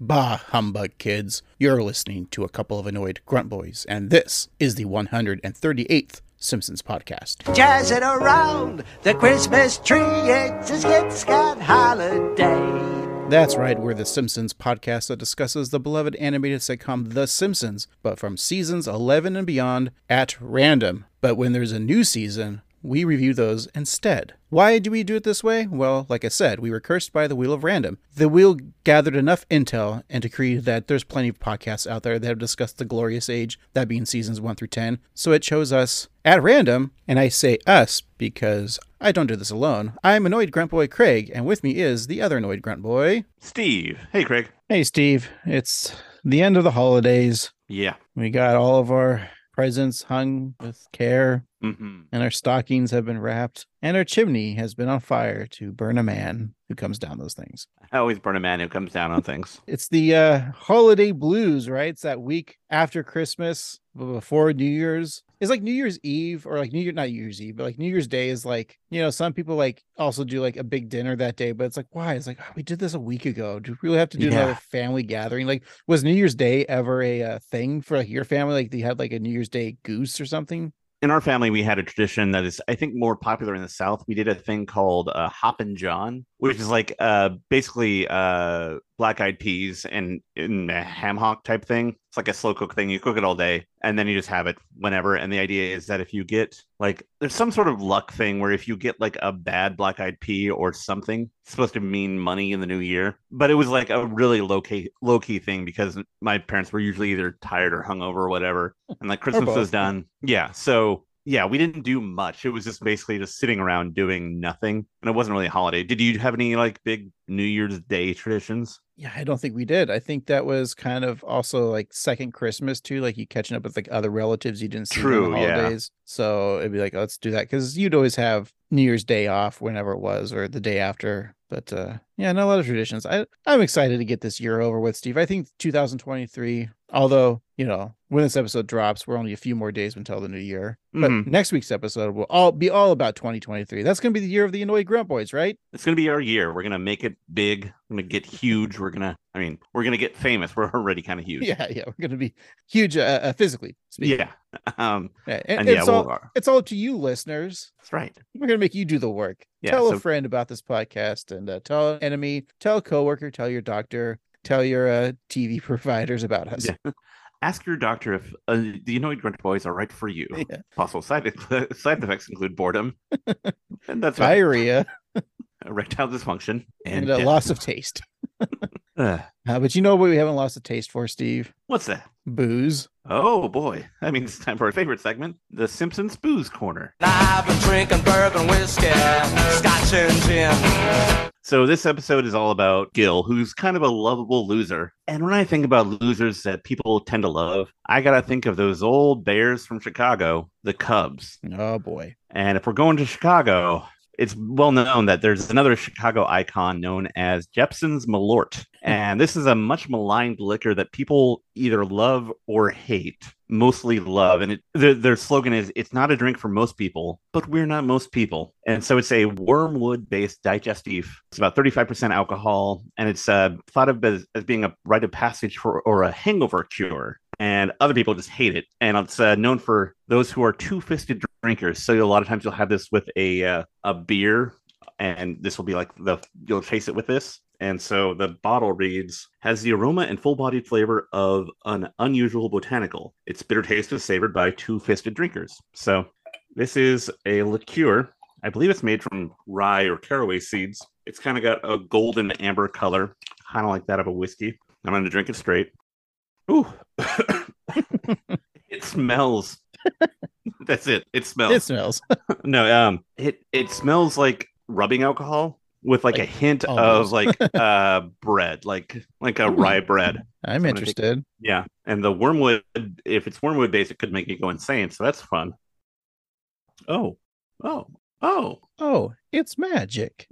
Bah, humbug kids. You're listening to a couple of annoyed grunt boys, and this is the 138th Simpsons podcast. jazzing around the Christmas tree. It's a Skit Scat holiday. That's right, we're the Simpsons podcast that discusses the beloved animated sitcom The Simpsons, but from seasons 11 and beyond at random. But when there's a new season, we review those instead. Why do we do it this way? Well, like I said, we were cursed by the Wheel of Random. The Wheel gathered enough intel and decreed that there's plenty of podcasts out there that have discussed the glorious age, that being seasons 1 through 10, so it chose us at random, and I say us because I don't do this alone. I'm annoyed grunt boy Craig, and with me is the other annoyed grunt boy. Steve. Hey, Craig. Hey Steve, it's the end of the holidays. Yeah. We got all of our presents hung with care, hmm and our stockings have been wrapped, and our chimney has been on fire to burn a man who comes down those things. I always burn a man who comes down on things. It's the uh, holiday blues, right? It's that week after Christmas, b- before New Year's. It's like New Year's Eve or like New Year, not New Year's Eve, but like New Year's Day is like, you know, some people like also do like a big dinner that day, but it's like, why? It's like, oh, we did this a week ago. Do we really have to do another Yeah. family gathering? Like, was New Year's Day ever a uh, thing for like your family? Like, they had like a New Year's Day goose or something? In our family, we had a tradition that is, I think, more popular in the South. We did a thing called uh, Hoppin' John, which is like uh, basically uh, black eyed peas and in a ham hock type thing. It's like a slow cook thing. You cook it all day and then you just have it whenever. And the idea is that if you get like, there's some sort of luck thing where if you get like a bad black eyed pea or something, it's supposed to mean money in the new year. But it was like a really low key, low key thing because my parents were usually either tired or hungover or whatever. And like Christmas both. was done. Yeah. So yeah, we didn't do much. It was just basically just sitting around doing nothing. And it wasn't really a holiday. Did you have any like big New Year's Day traditions? Yeah, I don't think we did. I think that was kind of also like second Christmas too, like you catching up with like other relatives you didn't see during True, the yeah. holidays. So it'd be like, let's do that because you'd always have New Year's Day off whenever it was or the day after. But uh yeah, not a lot of traditions. I I'm excited to get this year over with, Steve. I think 2023, although you know when this episode drops, we're only a few more days until the new year. Mhm. But next week's episode will all be all about 2023. That's going to be the year of the annoyed grunt boys, right? It's gonna be our year. We're gonna make it big. We're gonna get huge. We're gonna, I mean, we're gonna get famous. We're already kind of huge. Yeah, yeah, we're going to be huge uh, uh, physically. speaking. Yeah. Um, Yeah, and, and, it's yeah, all we'll, uh, it's all up to you, listeners. that's right. We're gonna make you do the work. Yeah, tell a so- friend about this podcast, and uh, tell an enemy, tell a coworker, tell your doctor, tell your uh, TV providers about us. Yeah. Ask your doctor if uh, the annoyed grunt boys are right for you. Yeah. Possible side, e-, side effects include boredom, and that's right. Diarrhea erectile dysfunction and, and, a death. loss of taste. Ugh. Uh, but you know what we haven't lost a taste for, Steve? what's that? Booze. Oh boy! I mean, it's time for our favorite segment, the Simpsons Booze Corner. And I've been drinking bourbon whiskey, scotch and gin. So this episode is all about Gil, who's kind of a lovable loser. And when I think about losers that people tend to love, I gotta think of those old Bears from Chicago, the Cubs. Oh boy. And if we're going to Chicago, it's well known that there's another Chicago icon known as Jepson's Malort. And this is a much maligned liquor that people either love or hate, mostly love. And it, their, their slogan is, it's not a drink for most people, but we're not most people. And so it's a wormwood based digestive. It's about 35% alcohol. And it's uh, thought of as, as being a rite of passage for or a hangover cure and other people just hate it. And it's uh, known for those who are two-fisted drinkers. So a lot of times you'll have this with a uh, a beer, and this will be like the you'll chase it with this. And so the bottle reads has the aroma and full-bodied flavor of an unusual botanical. Its bitter taste is savored by two-fisted drinkers. So this is a liqueur. I believe it's made from rye or caraway seeds. It's kind of got a golden amber color, kind of like that of a whiskey. I'm going to drink it straight. Ooh. it smells. That's it. It smells. It smells. No, um it it smells like rubbing alcohol with like, oh, a Like, hint almost. of like uh bread, like like a Hmm. rye bread. I'm gonna take- interested. Yeah. And the wormwood if it's wormwood based, it could make you go insane, so that's fun. Oh. Oh. Oh. Oh, it's magic.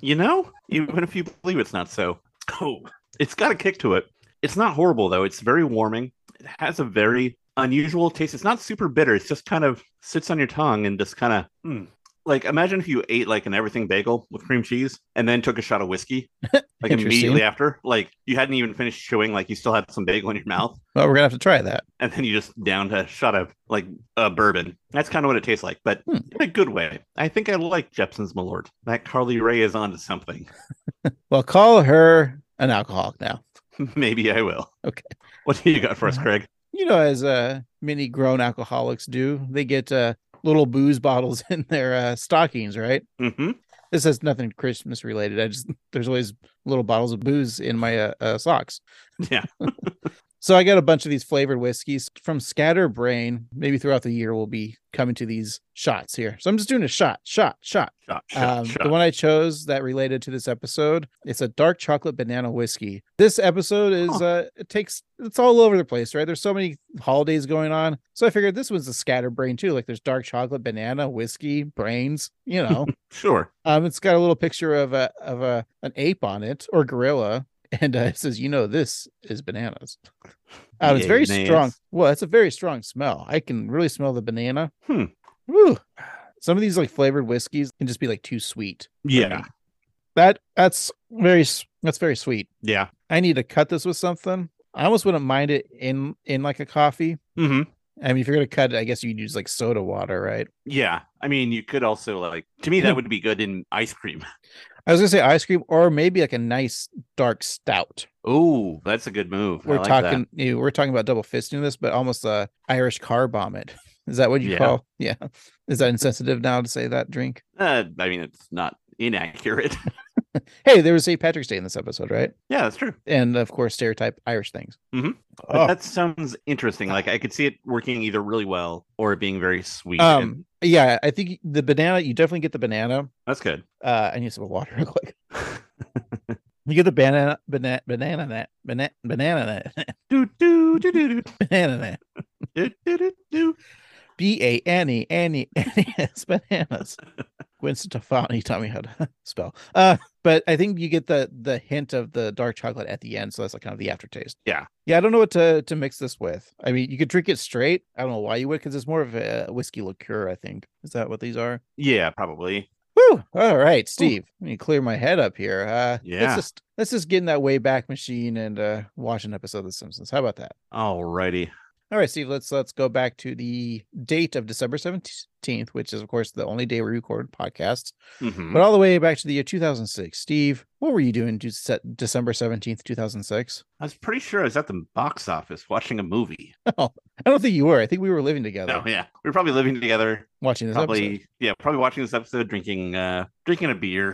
You know, even if you believe it's not so. Oh, it's got a kick to it. It's not horrible though. It's very warming. It has a Hmm. very unusual taste. It's not super bitter. It's just kind of sits on your tongue and just kind of. Like, imagine if you ate like an everything bagel with cream cheese and then took a shot of whiskey, like Interesting. immediately after. Like, you hadn't even finished chewing, like, you still had some bagel in your mouth, Well, we're gonna have to try that. and then you just downed a shot of like uh, bourbon. That's kind of what it tastes like, but Hmm. in a good way. I think I like Jepson's Malort. That Carly Ray is onto something. Well, call her an alcoholic now. Maybe I will. Okay. What do you got for us, Craig? You know, as uh, many grown alcoholics do, they get uh, little booze bottles in their uh, stockings, right? hmm This has nothing Christmas related. I just there's always little bottles of booze in my uh, uh, socks. Yeah. So I got a bunch of these flavored whiskeys from Scatterbrain. Maybe throughout the year we'll be coming to these shots here. So I'm just doing a shot, shot, shot. Shot, shot, Um, shot. the one I chose that related to this episode, it's a dark chocolate banana whiskey. This episode is Huh. uh it takes it's all over the place, right? There's so many holidays going on. So I figured this one's a scatterbrain too. Like there's dark chocolate, banana, whiskey, brains, you know. Sure. um it's got a little picture of a of a an ape on it or gorilla and uh, it says, "You know this is bananas." Um, it's Yeah, very bananas. strong. Well, it's a very strong smell. I can really smell the banana. Hmm. Woo. Some of these like flavored whiskeys can just be like too sweet Yeah. that that's very s- that's very sweet Yeah. i need to cut this with something i almost wouldn't mind it in in like a coffee hmm i mean if you're gonna cut it i guess you'd use like soda water right Yeah. I mean, you could also like to me that would be good in ice cream. i was gonna say ice cream or maybe like a nice dark stout Oh, that's a good move. I we're like that. talking you know, we're talking about double fisting this but almost a irish car bomb it is that what you Yeah. call yeah is that insensitive now to say that drink Uh, I mean, it's not inaccurate. hey there was st patrick's day in this episode right yeah, that's true. and of course stereotype irish things Mhm. But Oh. That sounds interesting. Like I could see it working either really well or it being very sweet. and um yeah i think the banana you definitely get the banana that's good. uh I need some water real quick. You get the banana banana banana net banana banana net Do do do do do banana net do do do do. B A N E N E N E S bananas. Gwen Stefani taught me how to spell. Uh but I think you get the the hint of the dark chocolate at the end, so that's like kind of the aftertaste. Yeah. Yeah, I don't know what to to mix this with. I mean, you could drink it straight. I don't know why you would, because it's more of a whiskey liqueur, I think. Is that what these are? Yeah, probably. Whew. All right, Steve. Let me clear my head up here. Uh, Yeah. Let's just let's just get in that way back machine and uh, watch an episode of The Simpsons. How about that? Alrighty. All right, Steve. Let's let's go back to the date of December seventeenth, which is of course the only day we record podcasts, Mhm. but all the way back to the year two thousand six. Steve, what were you doing to set December seventeenth, two thousand six? I was pretty sure I was at the box office watching a movie. I don't think you were. I think we were living together, No, yeah, we were probably living together. watching this Probably, episode. yeah, probably watching this episode, drinking, uh, drinking a beer.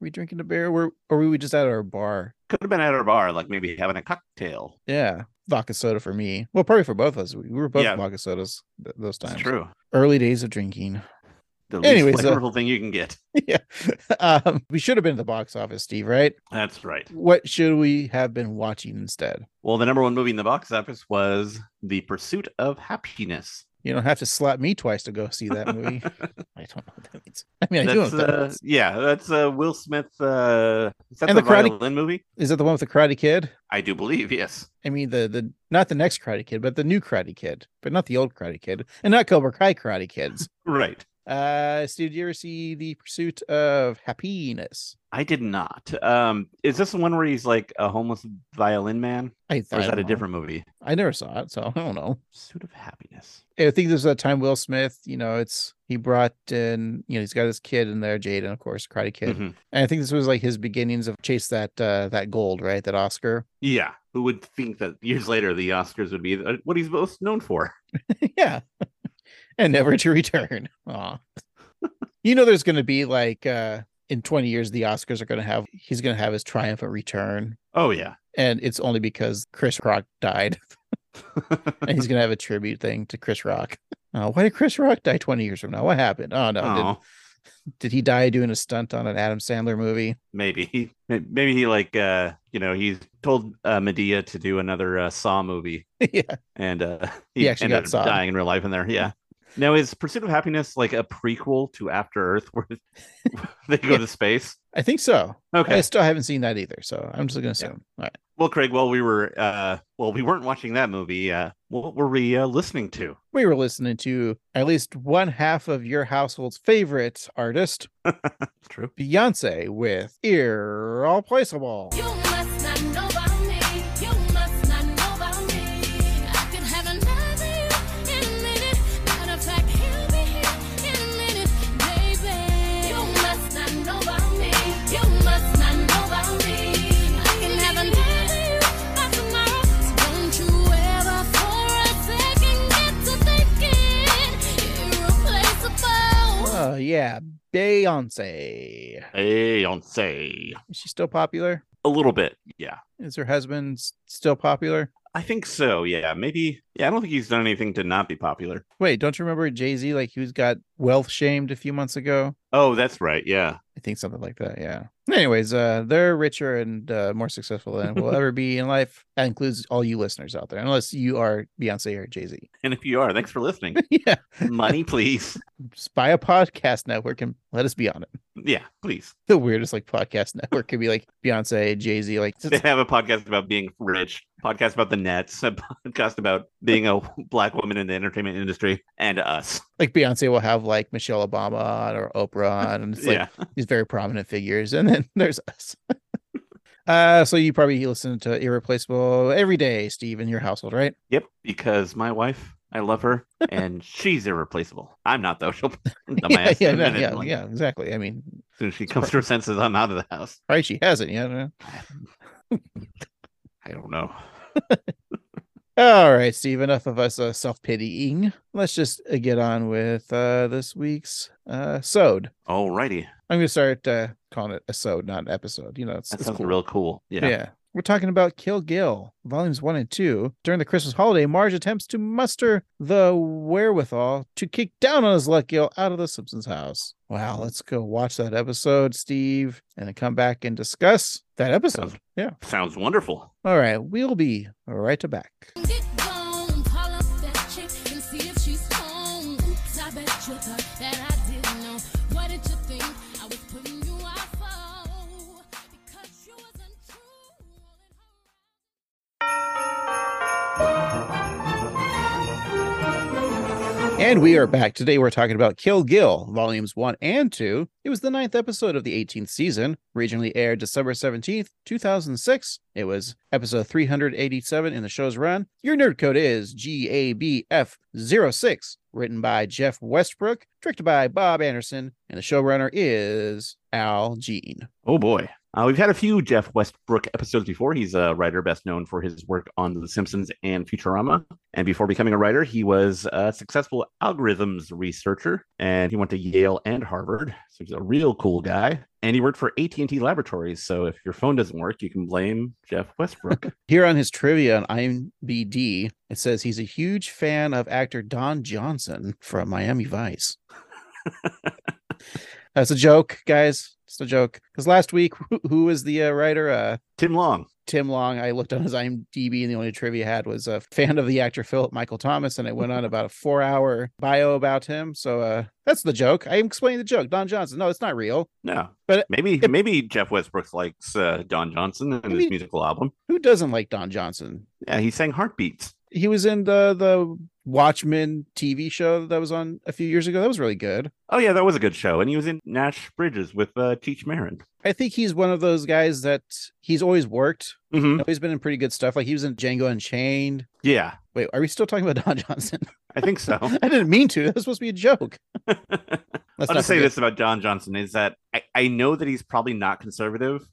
Were we drinking a beer? Were or were we just at our bar? Could have been at a bar, like maybe having a cocktail. Yeah, vodka soda for me. Well, probably for both of us. We we were both Yeah. vodka sodas th- those times. It's true. early days of drinking. The Anyways, least uh, flavorful thing you can get. yeah. Um, we should have been to the box office, Steve, right? That's right. What should we have been watching instead? Well, the number one movie in the box office was The Pursuit of Happiness. You don't have to slap me twice to go see that movie. I don't know what that means. I mean, I do know what That's that uh, means. yeah, that's uh, Will Smith. Uh, is that And the, the Karate- violin movie? Is that the one with the Karate Kid? I do believe yes. I mean, the the not the next Karate Kid, but the new Karate Kid, but not the old Karate Kid, and not Cobra Kai Karate Kids. Right. Uh, Steve, did you ever see The Pursuit of Happiness? I did not. Um, is this the one where he's like a homeless violin man, I or I is that don't a know. different movie? I never saw it, so I don't know. Pursuit of Happiness. I think there's a time Will Smith, you know, it's he brought in, you know, he's got his kid in there, Jaden, of course, Karate Kid, Mhm. and I think this was like his beginnings of chase that uh, that gold, right? That Oscar. Yeah. Who would think that years later the Oscars would be uh, what he's most known for? yeah, and never to return. Aw. you know, there's going to be like uh, in 20 years, the Oscars are going to have he's going to have his triumphant return, Oh yeah. and it's only because Chris Rock died, and he's going to have a tribute thing to Chris Rock. Uh, why did Chris Rock die 20 years from now? What happened? Oh no, did, Oh, did he die doing a stunt on an Adam Sandler movie? maybe he maybe he like uh you know he's told uh, Medea to do another uh, Saw movie yeah. and uh He actually ended got Saw. up dying in real life in there. Yeah. Now is Pursuit of Happiness like a prequel to After Earth where they go Yeah. to space? I think so. I Okay. still haven't seen that either. So I'm just going to Yeah. assume. All right. Well, Craig, while we were uh, well, we weren't watching that movie. Uh, what were we uh, listening to? We were listening to at least one half of your household's favorite artist, True. Beyonce, with Irreplaceable. You must not know about me. You must not know about me. I could have another you in a minute. Matter of fact, he'll be here in a minute, baby. You must not know about me. You must not know about me. I can have another you by tomorrow. So don't you ever for a second get to thinking irreplaceable. Oh yeah, Beyonce. Beyonce. Is she still popular? A little bit, yeah. Is her husband s- still popular? I think so. Yeah, maybe. Yeah, I don't think he's done anything to not be popular. Wait, don't you remember Jay Z? Like he was got wealth shamed a few months ago. Oh, that's right. Yeah. I think something like that. Yeah. Anyways, uh, they're richer and uh, more successful than we'll ever be in life. That includes all you listeners out there, unless you are Beyonce or Jay Z. And if you are, thanks for listening. yeah. Money, please. Just buy a podcast network and let us be on it. Yeah, please. The weirdest like podcast network could be like Beyonce, Jay Z. Like They have a podcast about being rich, podcast about the Nets, a podcast about being a black woman in the entertainment industry, and us. like Beyonce will have like Michelle Obama on or Oprah on, and it's like yeah. these very prominent figures, and then there's us. uh, so you probably listen to Irreplaceable every day, Steve, in your household, right? Yep. Because my wife, I love her, and she's irreplaceable. I'm not though. She'll dumb yeah, yeah, in a no, minute, yeah, like, yeah, exactly. I mean, As soon as she comes to her senses, I'm out of the house. right? She hasn't yet. huh? I don't know. All right, Steve. Enough of us uh, self pitying. Let's just uh, get on with uh, this week's uh, sode. Alrighty, I'm gonna start uh, calling it a sode, not an episode. You know, it's, that it's sounds cool. real cool. Yeah. We're talking about Kill Gill, volumes one and two. During the Christmas holiday, Marge attempts to muster the wherewithal to kick down on his luck Gill out of the Simpsons house. Wow, let's go watch that episode, Steve, and then come back and discuss that episode. Yeah. sounds wonderful. All right. We'll be right back. Get gone, call up that chick and see if she's home. Oops, I bet you thought that I didn't know. What did you think? I was putting you off oh, because you was untrue. And we are back. Today we're talking about Kill Gill, volumes one and two. It was the ninth episode of the 18th season, originally aired December 17th, 2006. It was episode 387 in the show's run. Your nerd code is GABF06, written by Jeff Westbrook, directed by Bob Anderson, and the showrunner is Al Jean. Oh boy. Uh, we've had a few Jeff Westbrook episodes before. He's a writer best known for his work on The Simpsons and Futurama. And before becoming a writer, he was a successful algorithms researcher, and he went to Yale and Harvard. So he's a real cool guy. And he worked for AT&T Laboratories. So if your phone doesn't work, you can blame Jeff Westbrook. Here on his trivia on IMBD, it says he's a huge fan of actor Don Johnson from Miami Vice. That's a joke, guys. It's a joke. Because last week, who, who was the uh, writer? Uh, Tim Long. Tim Long. I looked on his IMDb, and the only trivia I had was a fan of the actor Philip Michael Thomas, and it went on about a four-hour bio about him. So uh, that's the joke. I am explaining the joke. Don Johnson. No, it's not real. No, But- maybe maybe Jeff Westbrook likes uh, Don Johnson and Maybe- his musical album. Who doesn't like Don Johnson? Yeah, he sang Heartbeats. he was in the the Watchmen TV show that was on a few years ago. That was really good. Oh yeah, that was a good show, and he was in Nash Bridges with uh, Teach Marin. I think he's one of those guys that he's always worked. Mm-hmm. He's been in pretty good stuff. Like he was in Django Unchained. Yeah, Wait, are we still talking about Don Johnson? I think so. I didn't mean to. That was supposed to be a joke. Let's I'll just say forget- this about Don Johnson is that I, I know that he's probably not conservative,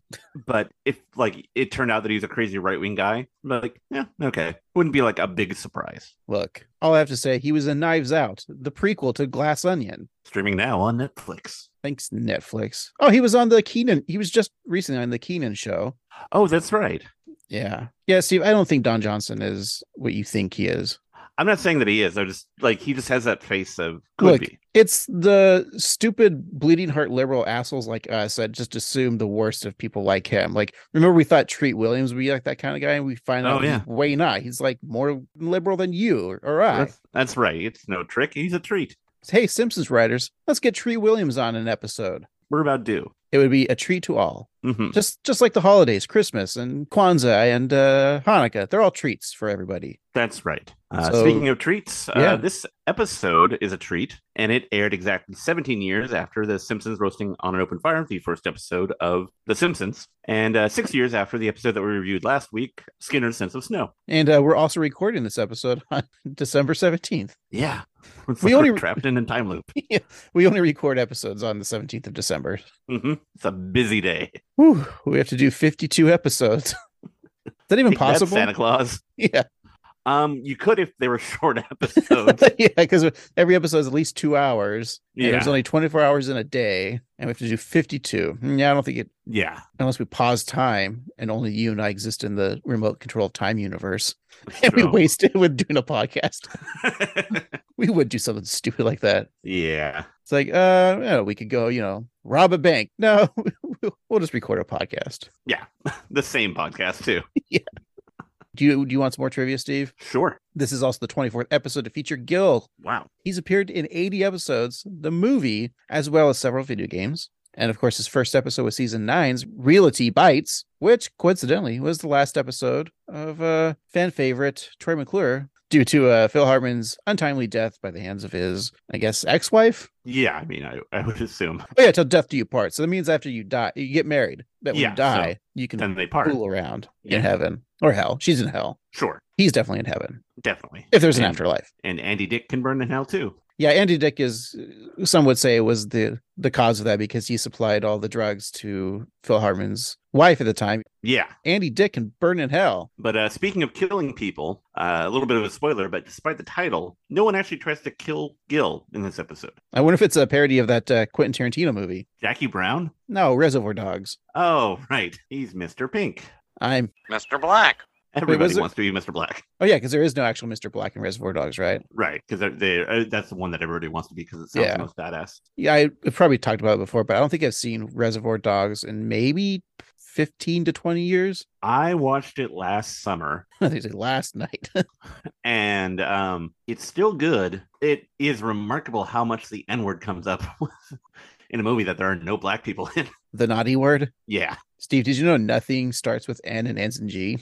but if like it turned out that he's a crazy right wing guy, I'm like yeah, okay, wouldn't be like a big surprise. Look, all I have to say, he was in Knives Out, the prequel to Glass Onion. Streaming now on Netflix. Thanks, Netflix. Oh, he was on the Keenan. He was just recently on the Keenan show. Oh, that's right. Yeah. Yeah, Steve, I don't think Don Johnson is what you think he is. I'm not saying that he is. I just like he just has that face of could Look, be. It's the stupid bleeding heart liberal assholes like us that just assume the worst of people like him. Like, remember we thought Treat Williams would be like that kind of guy, and we find Oh, out yeah. he's way not. He's like more liberal than you or, or I. That's, that's right. It's no trick. He's a treat. Hey, Simpsons writers, let's get Treat Williams on an episode. We're about due. It would be a treat to all. hmm Just just like the holidays, Christmas and Kwanzaa and uh, Hanukkah, they're all treats for everybody. That's right. Uh, So- speaking of treats, uh, Yeah. this episode is a treat, and it aired exactly 17 years after The Simpsons Roasting on an Open Fire, the first episode of The Simpsons, and uh, six years after the episode that we reviewed last week, Skinner's Sense of Snow. And uh, we're also recording this episode on December seventeenth. Yeah. It's We like only- we're trapped in a time loop. We only record episodes on the seventeenth of December. hmm It's a busy day. Whew, we have to do fifty-two episodes. Is that even Take that, possible? Santa Claus. Yeah, Um, you could if they were short episodes. yeah, because every episode is at least two hours. and yeah. there's only twenty-four hours in a day, and we have to do fifty-two. Mm, Yeah, I don't think it yeah. unless we pause time and only you and I exist in the remote control time universe. that's And we true. waste it with doing a podcast. We would do something stupid like that. yeah. It's like, uh, yeah, we could go, you know, rob a bank. No, we'll just record a podcast. The same podcast, too. Do you do you want some more trivia, Steve? Sure. This is also the 24th episode to feature Gil. Wow. He's appeared in 80 episodes, the movie, as well as several video games. And of course, his first episode was season nine's Realty Bites, which coincidentally was the last episode of uh, fan favorite Troy McClure due to uh, Phil Hartman's untimely death by the hands of his, I guess, ex wife. Yeah. I mean, I, I would assume. Oh, yeah, till death do you part. So that means after you die, you get married, that when Yeah, you so die, you can Then they part. fool around Yeah. in heaven or hell. She's in hell. Sure. He's definitely in heaven Definitely. if there's an And- afterlife. And Andy Dick can burn in hell, too. Yeah, Andy Dick is some would say was the the cause of that because he supplied all the drugs to Phil Hartman's wife at the time. Yeah. Andy Dick can burn in hell. But uh, speaking of killing people, uh, a little bit of a spoiler, but despite the title, no one actually tries to kill Gil in this episode. I wonder if it's a parody of that uh, Quentin Tarantino movie. Jackie Brown? No, Reservoir Dogs. Oh, right. He's Mr. Pink. I'm Mr. Black. Everybody was it- wants to be Mr. Black. oh yeah, because there is no actual Mr. Black in Reservoir Dogs, right? Right. Because they're, they're, uh, that's the one that everybody wants to be because it sounds Yeah. the most badass. Yeah, I I've probably talked about it before, but I don't think I've seen Reservoir Dogs in maybe fifteen to twenty years. I watched it last summer I think it was last night. and um, it's still good. It is remarkable how much the N word comes up in a movie that there are no black people in. the naughty word. yeah. Steve, did you know nothing starts with N and ends in G?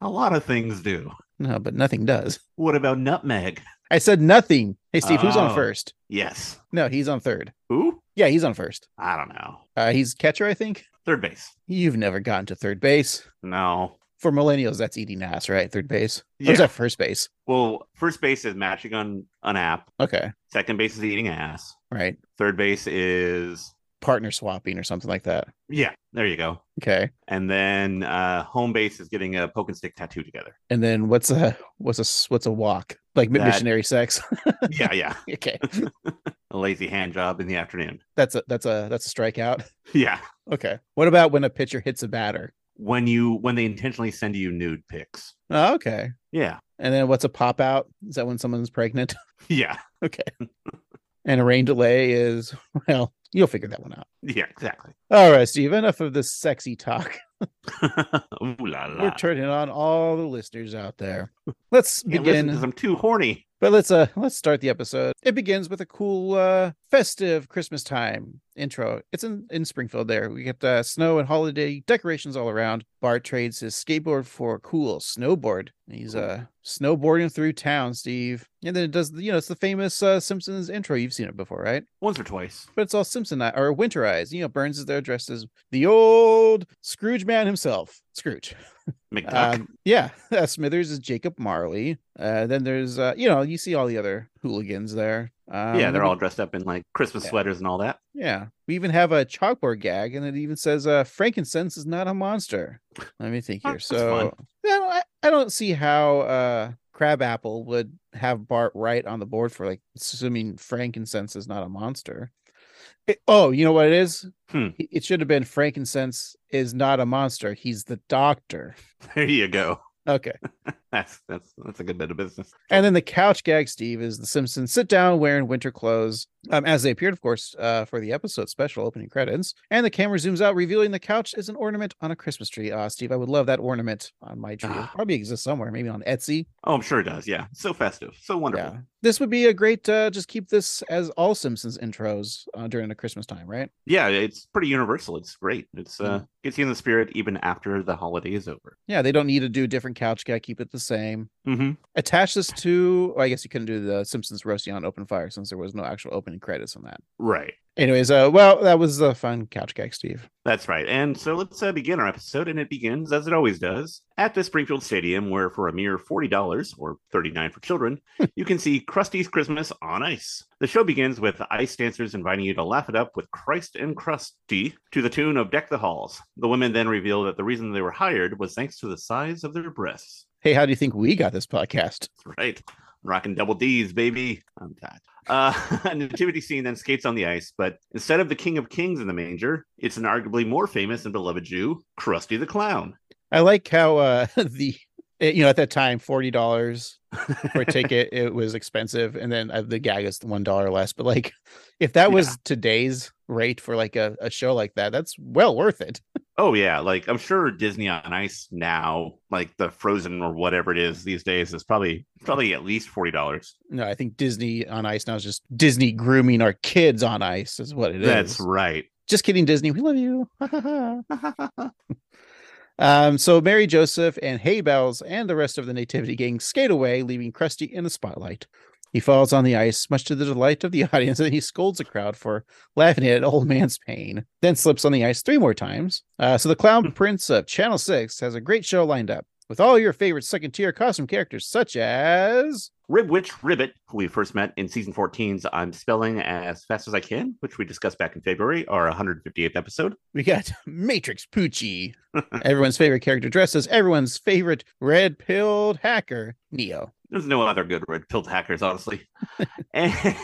A lot of things do. No, but nothing does. What about nutmeg? I said nothing. Hey, Steve, who's on Oh. first? Yes. No, he's on third. Who? Yeah, he's on first. I don't know. Uh, he's catcher, I think. Third base. You've never gotten to third base. No. For millennials, that's Edie Nass, right? Third base. Or Yeah. is that first base? Well, first base is matching on an app. Okay. Second base is eating ass. Right. Third base is Partner swapping or something like that. yeah. There you go. Okay. And then uh, home base is getting a poke and stick tattoo together. And then what's a what's a s- what's a walk like mi- That- missionary sex? yeah, yeah. okay, A lazy hand job in the afternoon. that's a that's a that's a strikeout. Yeah. Okay, what about when a pitcher hits a batter? When you when they intentionally send you nude pics. Oh, okay, Yeah. and then what's a pop out? Is that when someone's pregnant? Yeah. Okay, and a rain delay is well, you'll figure that one out. Yeah. Exactly. All right, Steve, enough of this sexy talk. Ooh la la. We're turning on all the listeners out there. Let's Can't listen begin 'cause I'm too horny. but let's uh let's start the episode. It begins with a cool uh festive Christmas time intro. It's in, in Springfield there. We get uh, snow and holiday decorations all around. Bart trades his skateboard for a cool snowboard. He's uh snowboarding through town, Steve. And then it does you know it's the famous uh, Simpsons intro. You've seen it before, right? Once or twice. But it's all Simpson or winterized. You know, Burns is there dressed as the old Scrooge man himself, Scrooge. McDuck. Um, yeah, uh, Smithers is Jacob Marley. Uh, then there's, uh, you know, you see all the other hooligans there. Um, yeah, they're we- all dressed up in like Christmas Yeah. sweaters and all that. Yeah, we even have a chalkboard gag, and it even says, uh, "Frankincense is not a monster." Let me think Huh, here. that's so, fun. yeah, I, I don't see how uh, Crabapple would have Bart right on the board for like assuming frankincense is not a monster. It- oh, you know what it is? Hmm. It- It should have been frankincense is not a monster. He's the doctor. There you go. Okay. That's that's that's a good bit of business. And then the couch gag, Steve, is the Simpsons sit down wearing winter clothes, um, as they appeared, of course, uh, for the episode special opening credits. And the camera zooms out, revealing the couch is an ornament on a Christmas tree. Ah, Steve, I would love that ornament on my tree. It Ah. probably exists somewhere, maybe on Etsy. Oh, I'm sure it does. Yeah, so festive, so wonderful. Yeah, this would be a great. Uh, just keep this as all Simpsons intros uh, during the Christmas time, right? Yeah, it's pretty universal. It's great. It's uh, Mm-hmm. gets you in the spirit even after the holiday is over. Yeah, they don't need to do a different couch gag. Keep it the same. Mm-hmm. Attach this to. well, I guess you couldn't do the Simpsons roasting on open fire since there was no actual opening credits on that. Right. Anyways, uh, well, that was a fun couch gag, Steve. That's right. And so let's uh, begin our episode, and it begins as it always does at the Springfield Stadium, where for a mere forty dollars or thirty nine for children, you can see Krusty's Christmas on ice. The show begins with ice dancers inviting you to laugh it up with Christ and Krusty to the tune of "Deck the Halls." The women then reveal that the reason they were hired was thanks to the size of their breasts. Hey, how do you think we got this podcast? That's right. Rocking double D's, baby. I'm tired. Uh, a nativity scene then skates on the ice, but instead of the King of Kings in the manger, it's an arguably more famous and beloved Jew, Krusty the Clown. I like how uh the it- you know at that time forty dollars for a ticket it was expensive, and then uh, the gag is one dollar less. But like, if that was today's rate for like a, a show like that, that's well worth it. Oh yeah, like I'm sure Disney on Ice now, like the Frozen or whatever it is these days, is probably probably at least forty dollars. No, I think Disney on Ice now is just Disney grooming our kids on ice is what it is. That's right. Just kidding, Disney. We love you. Ha, ha, ha. Um, so Mary Joseph and Haybells and the rest of the Nativity gang skate away, leaving Krusty in the spotlight. He falls on the ice, much to the delight of the audience, and he scolds the crowd for laughing at old man's pain. Then slips on the ice three more times. Uh, so the Clown Prince of Channel Six has a great show lined up with all your favorite second-tier costume characters, such as Ribwitch Ribbit, who we first met in season 14's I'm Spelling As Fast As I Can, which we discussed back in February, our 158th episode. we got Matrix Poochie, everyone's favorite character dressed as everyone's favorite red-pilled hacker, Neo. There's no other good red pilled hackers, honestly. and,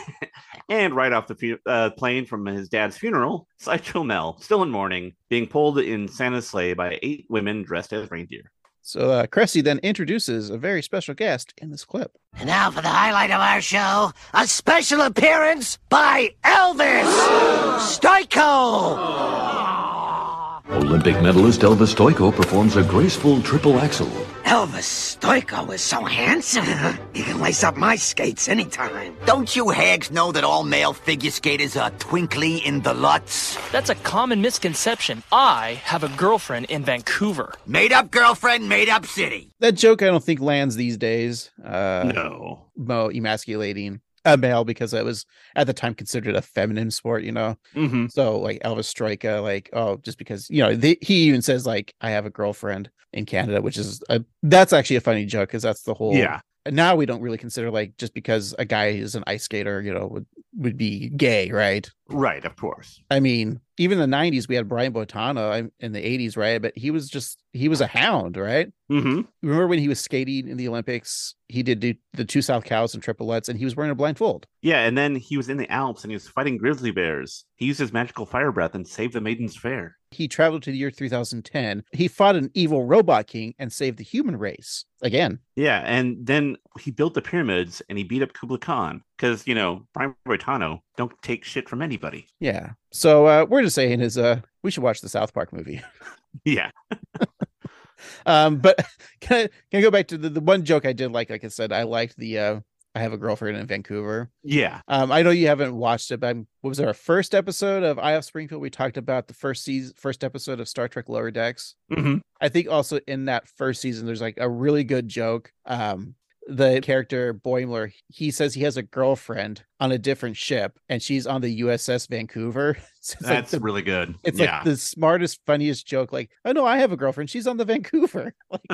and right off the fu- uh, plane from his dad's funeral, Sideshow Mel, still in mourning, being pulled in Santa's sleigh by eight women dressed as reindeer. So uh, Cressy then introduces a very special guest in this clip. And now for the highlight of our show a special appearance by Elvis Stoico. Olympic medalist Elvis Stoiko performs a graceful triple axel. Elvis Stoico is so handsome. He can lace up my skates anytime. Don't you hags know that all male figure skaters are twinkly in the lutz? That's a common misconception. I have a girlfriend in Vancouver. Made up girlfriend, made up city. That joke I don't think lands these days. Uh, No. Mo emasculating a male because it was at the time considered a feminine sport, you know. hmm So like Elvis Troika, like oh, just because you know they, he even says like I have a girlfriend in Canada, which is a, that's actually a funny joke because that's the whole Yeah. Now we don't really consider like just because a guy is an ice skater, you know, would would be gay, right? Right. Of course. I mean, even in the '90s, we had Brian Botana I- in the '80s, right? But he was just—he was a hound, right? hmm Remember when he was skating in the Olympics? He did do the two South cows and triplets, and he was wearing a blindfold. Yeah. And then he was in the Alps and he was fighting grizzly bears. He used his magical fire breath and saved the maiden's fair. He traveled to the year 3010. He fought an evil robot king and saved the human race again. Yeah, and then he built the pyramids and he beat up Kublai Khan because you know Brian Boitano don't take shit from anybody. Yeah. So uh, we're just saying is uh, we should watch the South Park movie. Yeah, Um, but can I, can I go back to the, the one joke I did like? Like I said, I liked the uh, I have a girlfriend in Vancouver. yeah, Um, I know you haven't watched it, but I'm, what was our first episode of I of Springfield? We talked about the first season, first episode of Star Trek Lower Decks. hmm I think also in that first season, there's like a really good joke. Um, the character Boimler, he says he has a girlfriend on a different ship, and she's on the USS Vancouver. So it's that's like the, really good. it's yeah, like the smartest, funniest joke. Like, oh no, I have a girlfriend. She's on the Vancouver.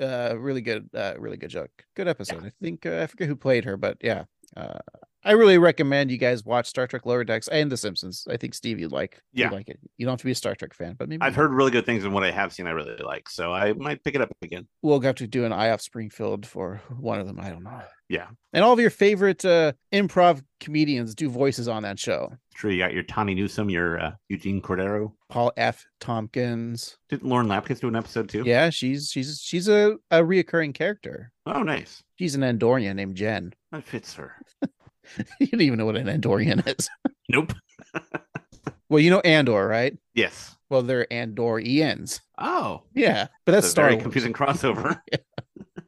uh really good uh really good joke good episode i think uh, i forget who played her but yeah uh I really recommend you guys watch Star Trek Lower Decks and The Simpsons. I think Steve, you'd like, Yeah. you'd like it. You don't have to be a Star Trek fan, but maybe I've you- heard really good things, and what I have seen, I really like. So I might pick it up again. we'll have to do an eye off Springfield for one of them. I don't know. Yeah. And all of your favorite uh, improv comedians do voices on that show. Sure, you got your Tommy Newsom, your uh, Eugene Cordero. Paul F. Tompkins. Didn't Lauren Lapkus do an episode too? Yeah, she's she's she's a, a reoccurring character. Oh, nice. She's an Andorian named Jen. That fits her. you don't even know what an Andorian is. Nope. Well, you know Andor, right? Yes. Well, they're Andorians. Oh, Yeah, but that's it's a Star very Wars. confusing crossover.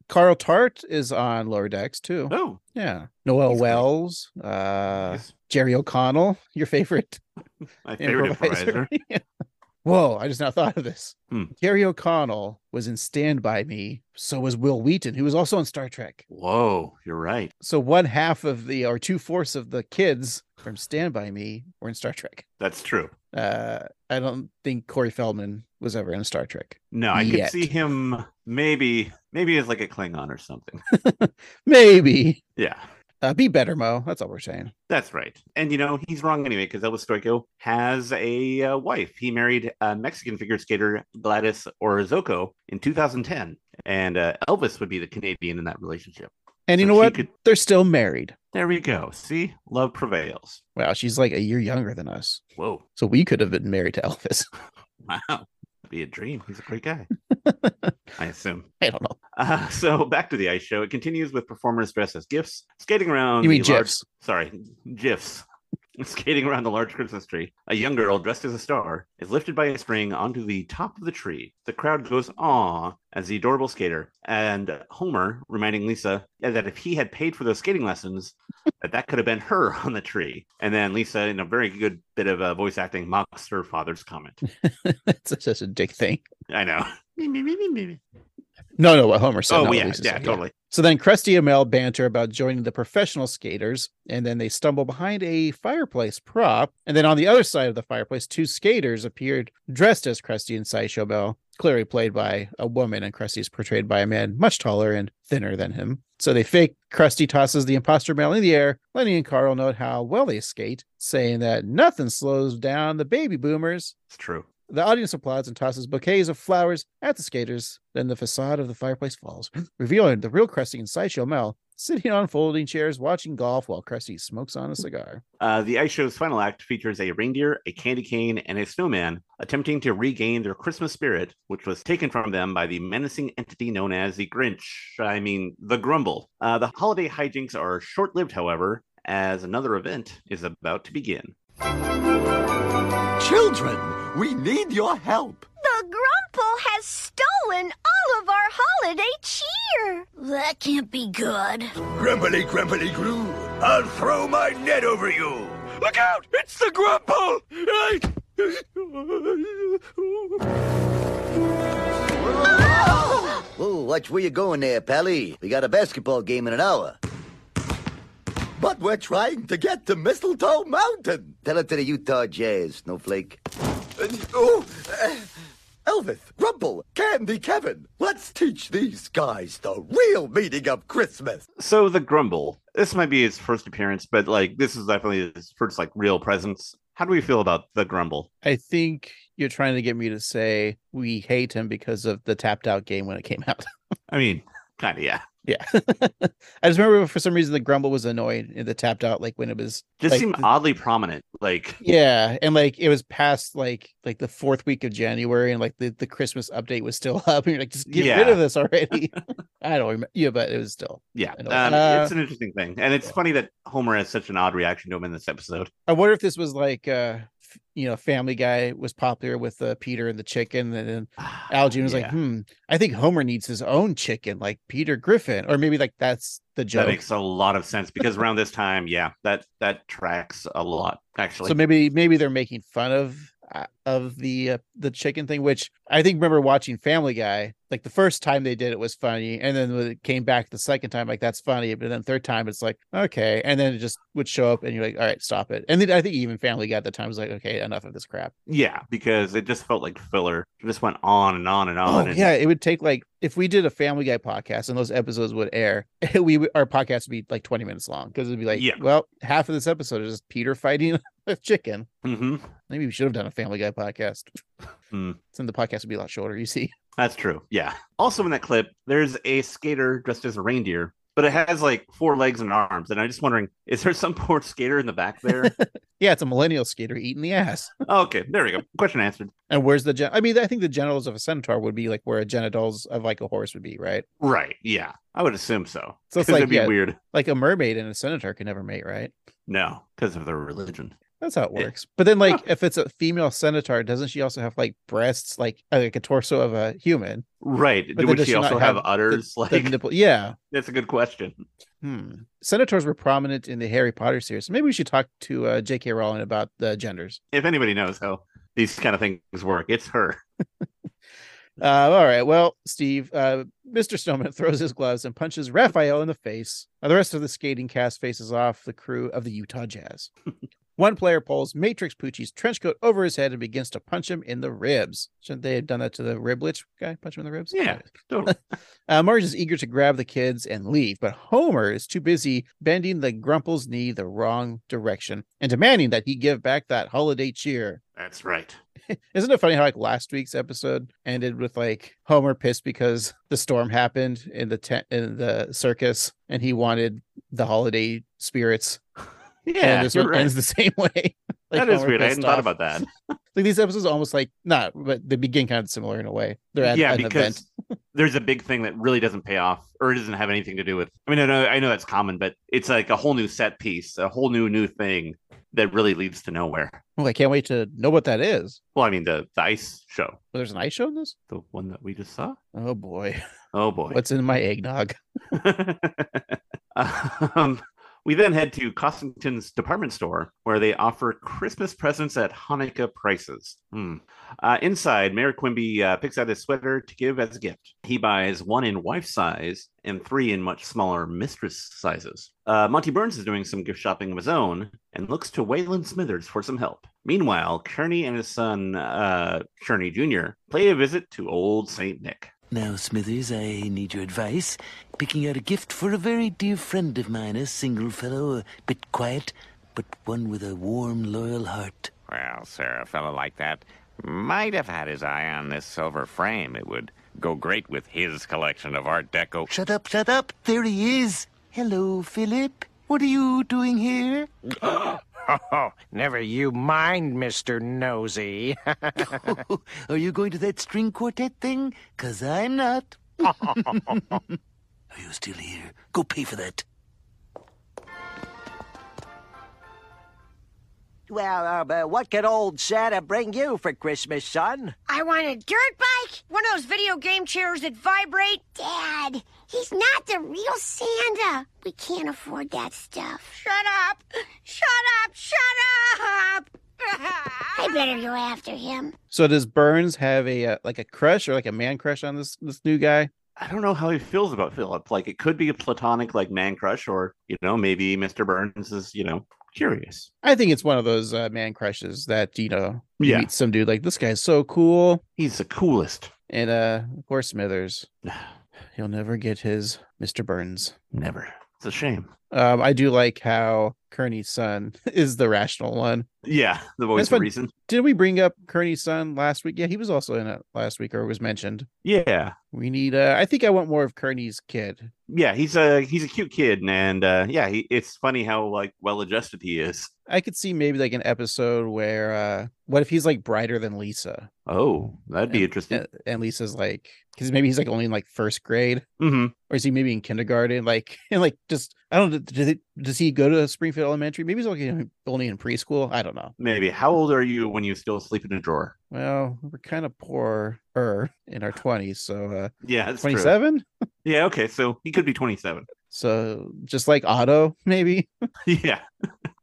Carl Tart is on Lower Decks too. oh, Yeah, Noel He's great. Wells, uh, nice. Jerry O'Connell, your favorite my favorite improviser. Yeah. Whoa, I just now thought of this. Hmm. Jerry O'Connell was in Stand By Me. So was Will Wheaton, who was also on Star Trek. Whoa, you're right. So one half of the, or two fourths of the kids from Stand By Me were in Star Trek. That's true. Uh, I don't think Corey Feldman was ever in Star Trek. No, I Yet. could see him maybe, maybe as like a Klingon or something. Maybe. yeah, Uh, be better, Mo. That's all we're saying. that's right. And you know he's wrong anyway because Elvis Stoiko has a uh, wife. He married uh, Mexican figure skater Gladys Orozco in 2010, and uh, Elvis would be the Canadian in that relationship. And you So know she what? could- They're still married. There we go. See, love prevails. Wow, she's like a year younger than us. Whoa, So we could have been married to Elvis. wow, That'd be a dream. He's a great guy. I assume. I don't know. Uh, so back to the ice show. It continues with performers dressed as gifs, skating around. You mean the large- GIFs? sorry, gifs. skating around the large Christmas tree. A young girl dressed as a star is lifted by a string onto the top of the tree. The crowd goes "Aw" as the adorable skater, and Homer reminding Lisa that if he had paid for those skating lessons, that that could have been her on the tree. And then Lisa, in a very good bit of uh, voice acting, mocks her father's comment. That's such a dick thing. I know. No, no, what Homer said. not oh what yeah, Lisa yeah, said, totally. So then Krusty and Mel banter about joining the professional skaters, and then they stumble behind a fireplace prop. And then on the other side of the fireplace, two skaters appeared dressed as Krusty and Sideshow Mel, clearly played by a woman, and Krusty is portrayed by a man much taller and thinner than him. So they fake Krusty tosses the imposter Mel in the air. Lenny and Carl note how well they skate, saying that nothing slows down the baby boomers. It's true. The audience applauds and tosses bouquets of flowers at the skaters. Then the facade of the fireplace falls, revealing the real Krusty and Sideshow Mel sitting on folding chairs watching golf while Krusty smokes on a cigar. Uh, the ice show's final act features a reindeer, a candy cane, and a snowman attempting to regain their Christmas spirit, which was taken from them by the menacing entity known as the Grinch. I mean, the Grumble. Uh, the holiday hijinks are short lived, however, as another event is about to begin. Children, we need your help. The Grumple has stolen all of our holiday cheer. That can't be good. Grumbly, grumbly, groo. I'll throw my net over you. Look out! It's the Grumple! Whoa, watch where you're going there, Pally. We got a basketball game in an hour. But we're trying to get to Mistletoe Mountain. Tell it to the Utah Jazz, Snowflake. oh, Elvith, Grumple, Candy, Kevin. Let's teach these guys the real meaning of Christmas. So, the Grumble. This might be his first appearance, but like, this is definitely his first, like, real presence. How do we feel about the Grumble? I think you're trying to get me to say we hate him because of the tapped out game when it came out. I mean, kind of, yeah. yeah. I just remember for some reason the grumble was annoying in the tapped out like when it was Just Like seemed the- oddly prominent. Like, Yeah, and like it was past like like the fourth week of January, and like the, the Christmas update was still up, and you're like, just get rid Yeah. of this already. I don't remember, yeah, but it was still. Yeah, I know. um, Uh, it's an interesting thing, and it's funny that Homer has such an odd reaction to him in this episode. I wonder if this was like uh f- you know Family Guy was popular with uh, Peter and the chicken, and then Al June was like, Yeah, hmm, I think Homer needs his own chicken, like Peter Griffin, or maybe like that's the "That joke. makes a lot of sense because around this time, yeah, that that tracks a lot actually." so maybe maybe they're making fun of uh, of the uh, the chicken thing, which I think remember watching Family Guy. Like the first time they did it was funny, and then when it came back the second time, like that's funny. But then third time, it's like okay, and then it just would show up, and you're like, all right, stop it. And then I think even Family Guy at the time was like, okay, enough of this crap. Yeah, because it just felt like filler. It just went on and on and Oh, on. and yeah, it would take like if we did a Family Guy podcast and those episodes would air, we would- our podcast would be like twenty minutes long because it'd be like, Yeah. well, half of this episode is just Peter fighting a chicken. hmm Maybe we should have done a Family Guy podcast. Hmm. Then the podcast would be a lot shorter. You see, That's true. Yeah. Also in that clip, there's a skater dressed as a reindeer, but it has like four legs and arms. And I'm just wondering, is there some poor skater in the back there? yeah, it's a millennial skater eating the ass. okay, there we go. Question answered. And where's the gen? I mean, I think the genitals of a centaur would be like where a genitals of like a horse would be, right? Right. Yeah. I would assume so. So it's 'Cause like, it'd be yeah. weird. Like a mermaid and a senator can never mate, right? No, because of their religion. That's how it Yeah. works. But then, like, if it's a female centaur, doesn't she also have like breasts, like uh, like a torso of a human? Right. then Would does she she not also have have, the- udders? The like nipple, yeah. that's a good question. Hmm. Centaurs were prominent in the Harry Potter series. Maybe we should talk to uh, J.K. Rowling about the genders. If anybody knows how these kind of things work, it's her. Uh, all right. Well, Steve, uh, Mr. Snowman throws his gloves and punches Raphael in the face. Uh, the rest of the skating cast faces off the crew of the Utah Jazz. One player pulls Matrix Poochie's trench coat over his head and begins to punch him in the ribs. Shouldn't they have done that to the riblich guy? Punch him in the ribs? Yeah, totally. Uh, Marge is eager to grab the kids and leave, but Homer is too busy bending the Grumple's knee the wrong direction and demanding that he give back that holiday cheer. That's right. Isn't it funny how like last week's episode ended with like Homer pissed because the storm happened in the tent in the circus and he wanted the holiday spirits. Yeah, and this you're one right. ends the same way. that is Homer weird. I pissed hadn't thought off. about that. Like these episodes are almost like not, but they begin kind of similar in a way. They're at yeah, an event. because there's a big thing that really doesn't pay off or doesn't have anything to do with. I mean, I know I know that's common, but it's like a whole new set piece, a whole new new thing that really leads to nowhere. Well, Oh, I can't wait to know what that is. Well, I mean, the, the ice show, Well, there's an ice show in this. the one that we just saw. Oh boy, Oh boy. what's in my eggnog? um, we then head to Cossington's department store where they offer Christmas presents at Hanukkah prices. Hmm. Uh, inside, Mayor Quimby uh, picks out his sweater to give as a gift. He buys one in wife size and three in much smaller mistress sizes. Uh, Monty Burns is doing some gift shopping of his own and looks to Wayland Smithers for some help. Meanwhile, Kearney and his son, uh, Kearney Jr., pay a visit to old St. Nick. Now, Smithers, I need your advice. Picking out a gift for a very dear friend of mine, a single fellow, a bit quiet, but one with a warm, loyal heart. Well, sir, a fellow like that might have had his eye on this silver frame. It would go great with his collection of Art Deco. Shut up, shut up! There he is! Hello, Philip. What are you doing here? Oh, never you mind, Mr. Nosy. Are you going to that string quartet thing? Cause I'm not. Are you still here? Go pay for that. well, uh, but what could old Santa bring you for Christmas, son? I want a dirt bike, one of those video game chairs that vibrate. Dad, he's not the real Santa. We can't afford that stuff. Shut up! Shut up! Shut up! I better go after him. So does Burns have a uh, like a crush or like a man crush on this this new guy? I don't know how he feels about Philip. Like it could be a platonic like man crush, or you know, maybe Mr. Burns is, you know, curious. I think it's one of those uh, man crushes that you know you Yeah. meet some dude like this guy's so cool, He's the coolest. and uh, of course Smithers, he'll never get his Mr. Burns. Never. It's a shame. Um, I do like how Kearney's son is the rational one. Yeah, the voice That's of fun. reason. Did we bring up Kearney's son last week? Yeah, he was also in it last week, or was mentioned. Yeah. We need. Uh, I think I want more of Kearney's kid. Yeah, he's a he's a cute kid, and uh, yeah, he, it's funny how like well adjusted he is. I could see maybe like an episode where uh, what if he's like brighter than Lisa, Oh, that'd be interesting. and, and Lisa's like because maybe he's like only in like first grade. hmm or is he maybe in kindergarten? Like and like just I don't know. Does it, does he go to Springfield Elementary? Maybe he's only only in preschool. I don't know. Maybe. How old are you when you still sleep in a drawer? Well, we're kind of poor er in our twenties, so uh Yeah, that's true. twenty seven. Yeah, okay, so he could be twenty seven. So just like Otto, maybe yeah,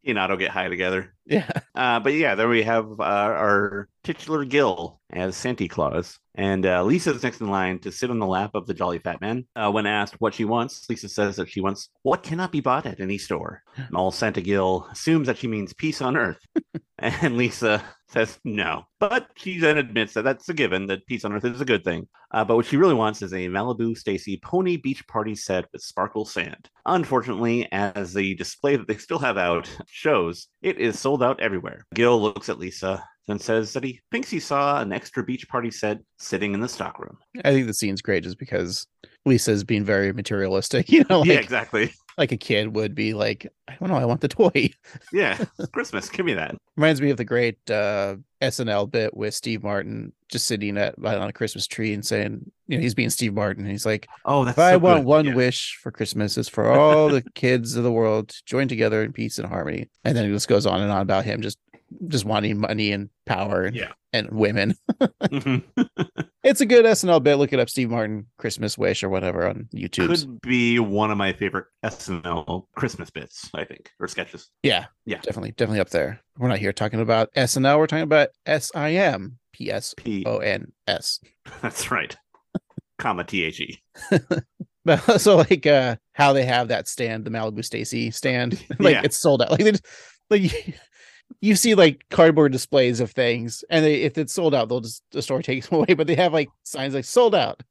He and Otto get high together. Yeah. Uh, but yeah, there we have uh, our titular Gill as Santa Claus. And uh, Lisa's next in line to sit on the lap of the Jolly Fat Man. Uh, when asked what she wants, Lisa says that she wants what cannot be bought at any store. And all Santa Gill assumes that she means peace on earth. and Lisa says no. But she then admits that that's a given, that peace on earth is a good thing. Uh, but what she really wants is a Malibu Stacy pony beach party set with sparkle sand. Unfortunately, as the display that they still have out shows, it is sold out everywhere. Gil looks at Lisa, then says that he thinks he saw an extra beach party set sitting in the stockroom. I think the scene's great just because Lisa's being very materialistic, you know, like, yeah, exactly. like a kid would be like, I don't know, I want the toy. Yeah, it's Christmas, give me that. Reminds me of the great uh, SNL bit with Steve Martin just sitting at on a Christmas tree and saying, you know, he's being Steve Martin. And he's like, Oh, if that's I so want good. one Yeah. wish for Christmas is for all the kids of the world to join together in peace and harmony. And then it just goes on and on about him just just wanting money and power and, Yeah. and women. Mhm. It's a good SNL bit. Look it up, Steve Martin Christmas Wish or whatever on YouTube. Could be one of my favorite SNL Christmas bits, I think, or sketches. Yeah. Yeah. Definitely, definitely up there. We're not here talking about SNL. We're talking about S I M P S P. O N S. That's right. Comma T H E. But so like uh how they have that stand, the Malibu Stacy stand. Like Yeah. it's sold out. Like they just, like you see like cardboard displays of things and they if it's sold out, they'll just the store takes them away, but they have like signs like sold out.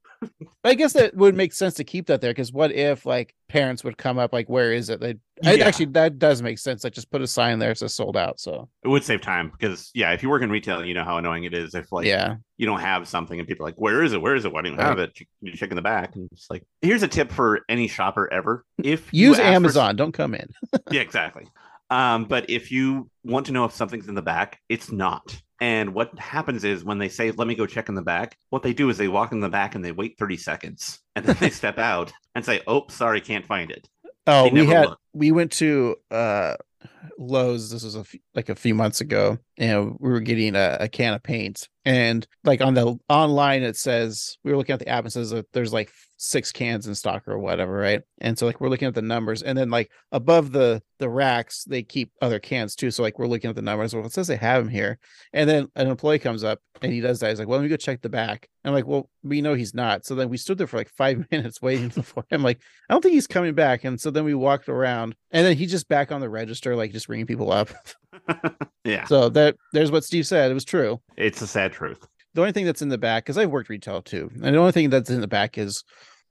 I guess that would make sense to keep that there because what if like parents would come up like where is it? They I, Yeah. actually that does make sense. Like just put a sign there that says sold out. So It would save time because yeah, if you work in retail, you know how annoying it is if like yeah, you don't have something and people are like, where is it? Where is it? Why don't you Right. have it? You- You check in the back and it's like, here's a tip for any shopper ever. If you use ask for- Amazon. Don't come in. yeah, exactly. Um, but if you want to know if something's in the back, it's not. And what happens is when they say, let me go check in the back, what they do is they walk in the back and they wait 30 seconds and then they step out and say, oh, sorry, can't find it. Oh, They we never had look. we went to uh Lowe's. This was a f- like a few months ago, and we were getting a, a can of paint. And like on the online, it says we were looking at the app and says that there's like six cans in stock or whatever, right? And so like we're looking at the numbers, and then like above the the racks, they keep other cans too. So like we're looking at the numbers. Well, it says they have them here, and then an employee comes up and he does that. He's like, "Well, let me go check the back." I'm like, "Well, we know he's not." So then we stood there for like five minutes waiting for him. Like, I don't think he's coming back. And so then we walked around, and then he's just back on the register, like just ringing people up. Yeah, so that there's what Steve said. It was true. it's a sad truth. The only thing that's in the back, because I've worked retail too, and the only thing that's in the back is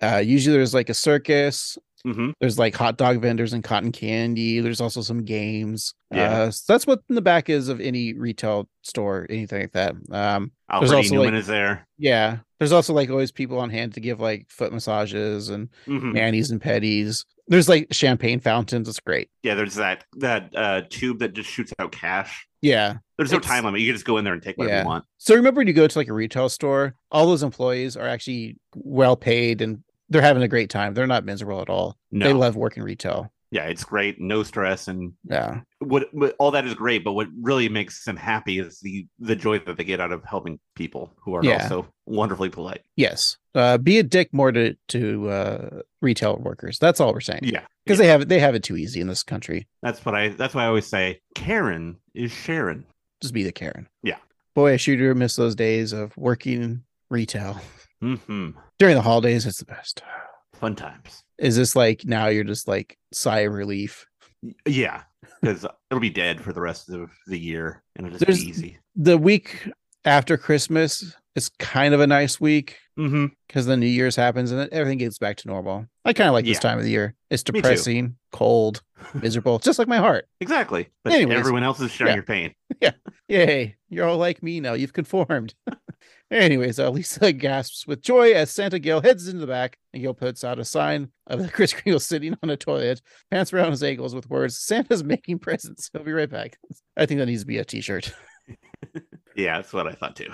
uh, usually there's like a circus, hmm there's like hot dog vendors and cotton candy. There's also some games. Yeah. Uh, so that's what in the back is of any retail store, anything like that. Um, Albert E. also, Newman like- is there. yeah. There's also like always people on hand to give like foot massages and Mhm. manis and petties. There's like champagne fountains. It's great. Yeah, there's that that uh, tube that just shoots out cash. Yeah. There's no It's- time limit. You can just go in there and take whatever Yeah. you want. So remember when you go to like a retail store, all those employees are actually well paid and they're having a great time. They're not miserable at all. No. They love working retail. Yeah, it's great. No stress, and Yeah. what, what all that is great. But what really makes them happy is the the joy that they get out of helping people who are Yeah. also wonderfully polite. Yes. Uh, be a dick more to, to uh, retail workers. That's all we're saying. Yeah, because they have it they have it too easy in this country that's what I. That's why I always say Karen is Sharon. just be the karen Yeah. boy i sure do miss those days of working retail hmm during the holidays it's the best Fun times. is this like now you're just like sigh of relief Y- Yeah, because it'll be dead for the rest of the year, and it'll just There's- be easy. the week after christmas is kind of a nice week Mm-hmm. because then new year's happens and then everything gets back to normal i kind of like this Yeah. time of the year it's Me too. depressing cold miserable just like my heart Exactly. But Anyways. everyone else is sharing Yeah. your pain. Yay, you're all like me now. You've conformed. Anyways, uh, Lisa gasps with joy as Santa Gale heads into the back and Gale puts out a sign of the Chris Kringle sitting on a toilet, pants around his ankles with words, Santa's making presents. He'll be right back. I think that needs to be a t shirt. Yeah, that's what I thought too.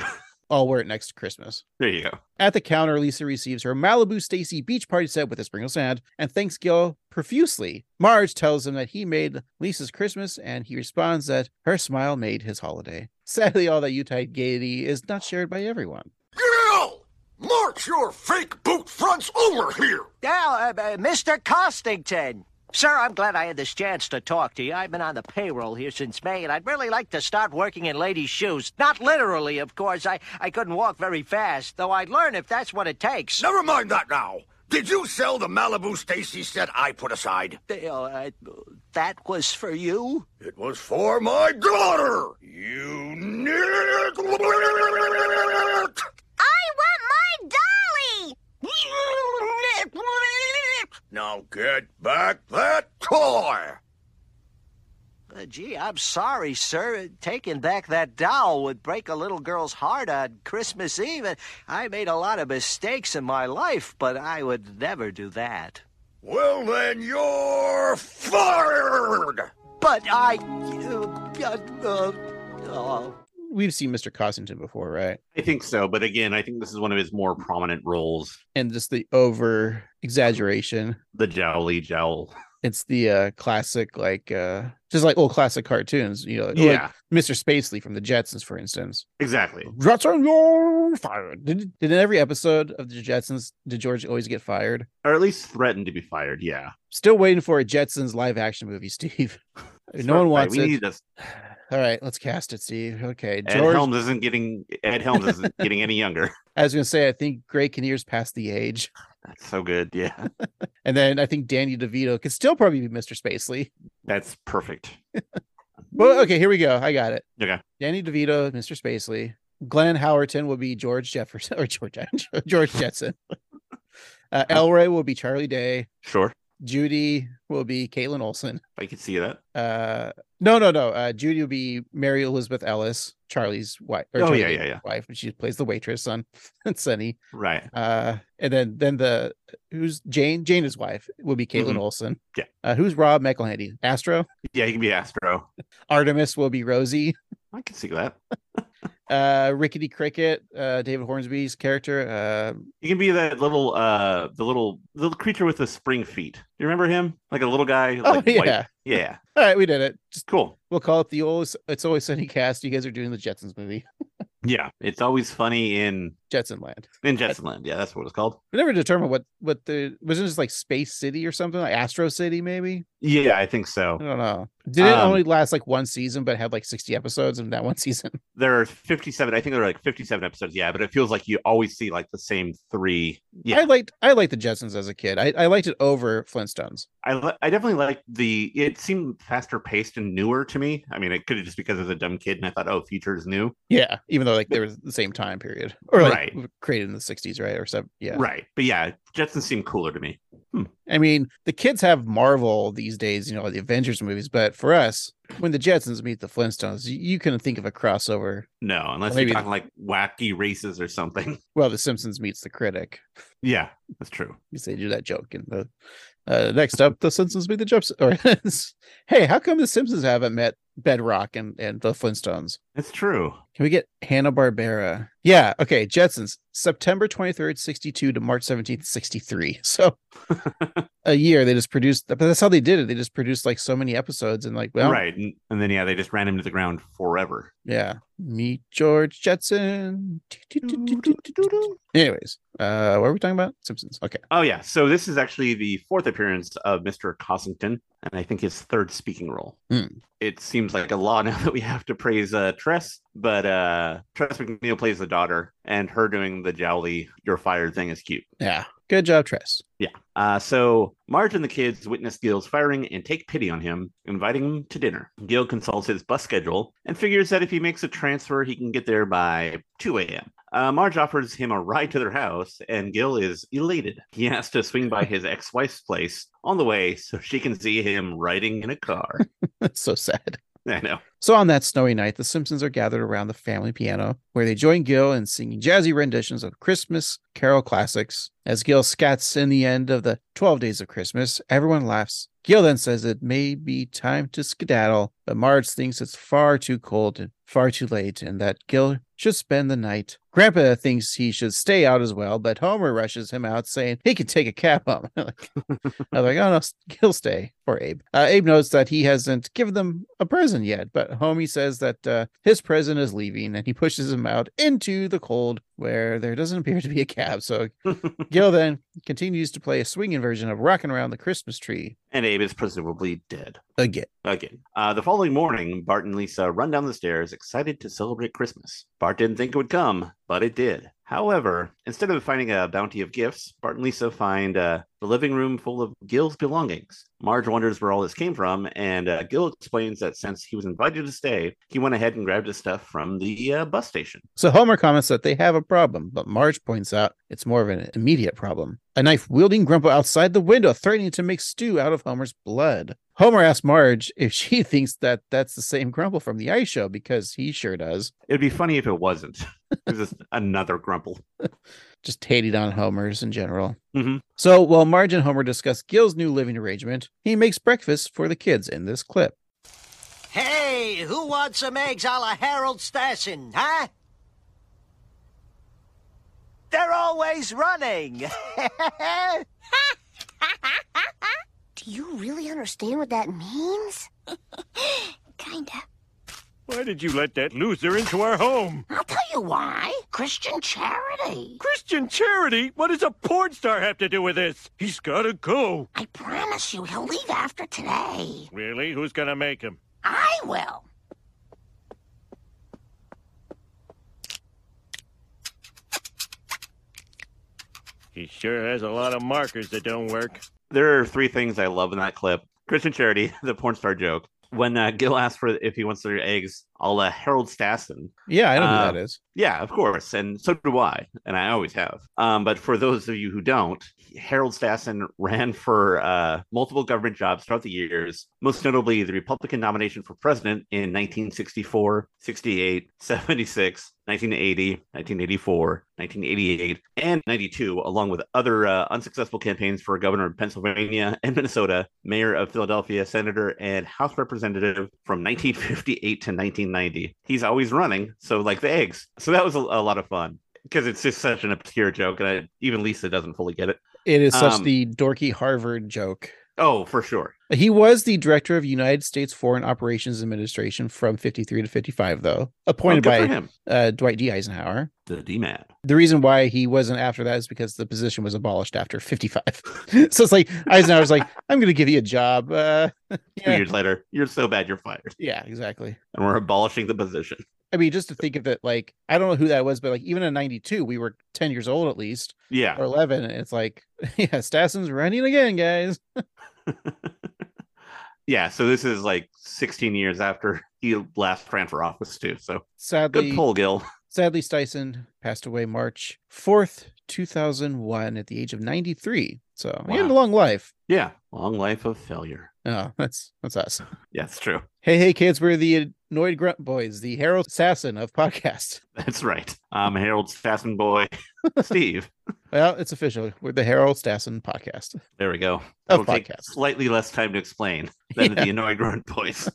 I'll wear it next Christmas. There you go. At the counter, Lisa receives her Malibu Stacy beach party set with a sprinkle sand and thanks Gil profusely. Marge tells him that he made Lisa's Christmas and he responds that her smile made his holiday. Sadly, all that Yuletide gaiety is not shared by everyone. Gil! March your fake boot fronts over here! Now, uh, uh, Mr. Costington. Sir, I'm glad I had this chance to talk to you. I've been on the payroll here since May, and I'd really like to start working in ladies' shoes. Not literally, of course. I, I couldn't walk very fast, though I'd learn if that's what it takes. Never mind that now. Did you sell the Malibu Stacy set I put aside? Dale, I, uh, that was for you? It was for my daughter! You nit! I want my dolly! Now get back that toy! Uh, gee, I'm sorry, sir. Uh, Taking back that doll would break a little girl's heart on Christmas Eve. and I made a lot of mistakes in my life, but I would never do that. Well, then you're fired! But I. Uh, uh, uh, uh, We've seen Mr. Cossington before, right? I think so, but again, I think this is one of his more prominent roles. And just the over exaggeration. The jowly jowl. It's the uh, classic, like uh, just like old classic cartoons, you know, like Yeah. Mr. Spacely from the Jetsons, for instance. Exactly. Jetson, you're fired. Did, did in every episode of the Jetsons did George always get fired? Or at least threatened to be fired, yeah. Still waiting for a Jetsons live action movie, Steve. no one Right, wants we it. Need this. All right, let's cast it, Steve. Okay, Ed George. Helms isn't getting Ed Helms isn't getting any younger. I was gonna say, I think Gray Kinnear's past the age, That's so good. Yeah. and then I think Danny DeVito could still probably be Mr. Spacely. That's perfect. Well, okay, here we go. I got it. Okay. Danny DeVito, Mr. Spacely. Glenn Howerton will be George Jefferson or George George Jetson. Uh, Elroy will be Charlie Day. Sure. Judy will be Caitlin Olsen. I can see that. Uh, no, no, no. Uh, Judy will be Mary Elizabeth Ellis, Charlie's wife. Or Oh, Charlie yeah, Day's yeah, yeah. Wife. and She plays the waitress on Sunny. Right. Uh, and then then the who's Jane? Jane's wife will be Caitlin Mhm. Olsen. Yeah. Uh, who's Rob McElhandy? Astro. Yeah, he can be Astro. Artemis will be Rosie. I can see that. Uh, Rickety Cricket. Uh, David Hornsby's character. Uh, He can be that little uh the little little creature with the spring feet. Do you remember him? Like a little guy. Oh, like yeah. Yeah. all right, we did it. Just Cool. we'll call it the old. It's always Sunny cast. You guys are doing the Jetsons movie, Yeah. It's always funny in Jetson Land. in Jetsonland. Yeah, that's what it's called. We never determined what what the wasn't it just like Space City or something like Astro City maybe. Yeah, I think so. I don't know. Did it Um, only last like one season, but had like sixty episodes in that one season? There are 57, I think there are like 57 episodes. Yeah, but it feels like you always see like the same three. Yeah. I liked I liked the Jetsons as a kid. I, I liked it over Flintstones. I li- I definitely like the. It seemed faster paced and newer to me. I mean, it could have just because I was a dumb kid and I thought, oh, future is new. Yeah, even though like they were the same time period or like Right. w- created in the sixties, right or seven. Yeah, Right. But yeah, Jetson seemed cooler to me. I mean, the kids have Marvel these days, you know, the Avengers movies. But for us, when the Jetsons meet the Flintstones, you, you couldn't think of a crossover. No, unless Maybe- you're talking like wacky races or something. Well, the Simpsons meets the critic. Yeah, that's true. Because they do that joke in the. Uh, next up, the Simpsons meet the Jetsons. Or hey, how come the Simpsons haven't met Bedrock and and the Flintstones? That's true. Can we get Hanna Barbera? Yeah. Okay. Jetsons, September 23rd, 62 to March 17th, 63. So a year they just produced, but that's how they did it. They just produced like so many episodes and like, well, right. And, and then yeah, they just ran him to the ground forever. yeah. Meet George Jetson. Anyways, uh, what are we talking about? Simpsons. Okay. Oh yeah. So this is actually the fourth appearance of Mr. Cossington, and I think his third speaking role. Hmm. It seems like a law now that we have to praise uh, Tress, but uh, Tress McNeil plays the daughter, and her doing the jowly "you're fired" thing is cute. Yeah. Good job, Tress. Yeah. Uh, so Marge and the kids witness Gil's firing and take pity on him, inviting him to dinner. Gil consults his bus schedule and figures that if he makes a transfer, he can get there by 2 a.m. Uh, Marge offers him a ride to their house, and Gil is elated. He has to swing by his ex wife's place on the way so she can see him riding in a car. That's so sad. I know. So on that snowy night, the Simpsons are gathered around the family piano, where they join Gil in singing jazzy renditions of Christmas carol classics. As Gil scats in the end of the 12 Days of Christmas, everyone laughs. Gil then says it may be time to skedaddle, but Marge thinks it's far too cold and far too late, and that Gil should spend the night Grandpa thinks he should stay out as well, but Homer rushes him out saying he can take a cab home. like, I'm like, oh no, he'll stay. Poor Abe. Uh, Abe notes that he hasn't given them a present yet, but Homie says that uh, his present is leaving and he pushes him out into the cold where there doesn't appear to be a cab. So Gil then continues to play a swinging version of Rockin' Around the Christmas Tree and Abe is presumably dead. again. Again. Uh, the following morning, Bart and Lisa run down the stairs, excited to celebrate Christmas. Bart didn't think it would come, but it did. However, instead of finding a bounty of gifts, Bart and Lisa find uh, the living room full of Gil's belongings. Marge wonders where all this came from, and uh, Gil explains that since he was invited to stay, he went ahead and grabbed his stuff from the uh, bus station. So Homer comments that they have a problem, but Marge points out it's more of an immediate problem. A knife wielding Grumpo outside the window, threatening to make stew out of Homer's blood. Homer asks Marge if she thinks that that's the same Grumple from the ice show because he sure does. It'd be funny if it wasn't. It's just another grumple. Just hated on Homer's in general. Mhm. So while Marge and Homer discuss Gil's new living arrangement, he makes breakfast for the kids in this clip. Hey, who wants some eggs a la Harold Stassen, huh? They're always running. Do you really understand what that means? Kinda. Why did you let that loser into our home? I'll tell you why. Christian charity. Christian charity? What does a porn star have to do with this? He's gotta go. I promise you he'll leave after today. Really? Who's gonna make him? I will. He sure has a lot of markers that don't work. there are three things I love in that clip. Christian Charity, the porn star joke. When uh, Gil asks for if he wants their eggs, I'll uh, Harold Stassen. Yeah, I know who Uh, that is. Yeah, of course, and so do I, and I always have. Um, but for those of you who don't, Harold Stassen ran for uh, multiple government jobs throughout the years, most notably the Republican nomination for president in 1964, 68, 76, 1980, 1984, 1988, and 92, along with other uh, unsuccessful campaigns for governor of Pennsylvania and Minnesota, mayor of Philadelphia, senator, and House representative from 1958 to 1990. He's always running, so like the eggs. So that was a, a lot of fun because it's just such an obscure joke, and I, even Lisa doesn't fully get it. It is such Um, the dorky Harvard joke. oh for sure. He was the director of United States Foreign Operations Administration from 53 to 55, though, appointed Oh, good for by him. uh, Dwight D. Eisenhower. The D man. The reason why he wasn't after that is because the position was abolished after 55. so it's like Eisenhower's like, I'm going to give you a job. Uh, Two years later, you're so bad, you're fired. yeah, exactly. And we're abolishing the position. I mean, just to think of it, like, I don't know who that was, but like, even in 92, we were 10 years old at least, Yeah. or 11. And it's like, yeah, Stassen's running again, guys. Yeah. So this is like 16 years after he last ran for office, too. So Sadly, good pull, Gil. Sadly, Styson passed away March 4th, 2001, at the age of 93. So he had a Wow. long life. Yeah. Long life of failure. Oh, that's that's us. Yeah, it's true. Hey, hey, kids, we're the Annoyed Grunt Boys, the Harold Assassin of podcast. That's right. I'm Harold Stassen Boy. Steve. Well, it's official. We're the Harold Assassin podcast. There we go. Of It'll take podcasts. slightly less time to explain than Yeah. the annoyed grunt voice.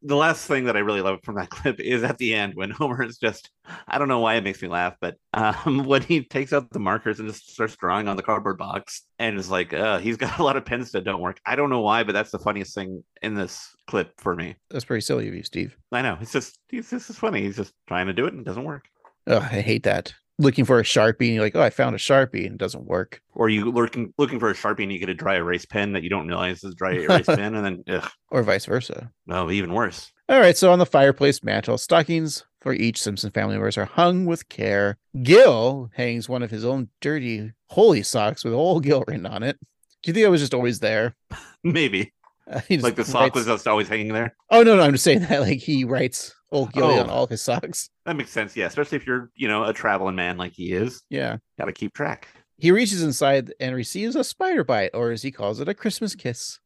the last thing that I really love from that clip is at the end when Homer is just, I don't know why it makes me laugh, but um, when he takes out the markers and just starts drawing on the cardboard box and is like, uh, he's got a lot of pens that don't work. I don't know why, but that's the funniest thing in this clip for me. That's pretty silly of you, Steve. I know. It's just, he's, this is funny. He's just trying to do it and it doesn't work. Oh, I hate that. Looking for a Sharpie, and you're like, oh, I found a Sharpie, and it doesn't work. Or you looking looking for a sharpie and you get a dry erase pen that you don't realize is a dry erase pen, and then ugh, Or vice versa. no, even worse. All right, so on the fireplace mantle, stockings for each Simpson family members are hung with care. Gil hangs one of his own dirty holy socks with old Gil written on it. Do you think it was just always there? Maybe. Uh, he like the just sock writes- was just always hanging there. Oh no, no, I'm just saying that like he writes old Gil Oh. on all his socks. That makes sense. Yeah, especially if you're, you know, a traveling man like he is. Yeah. Got to keep track. He reaches inside and receives a spider bite, or as he calls it, a Christmas kiss.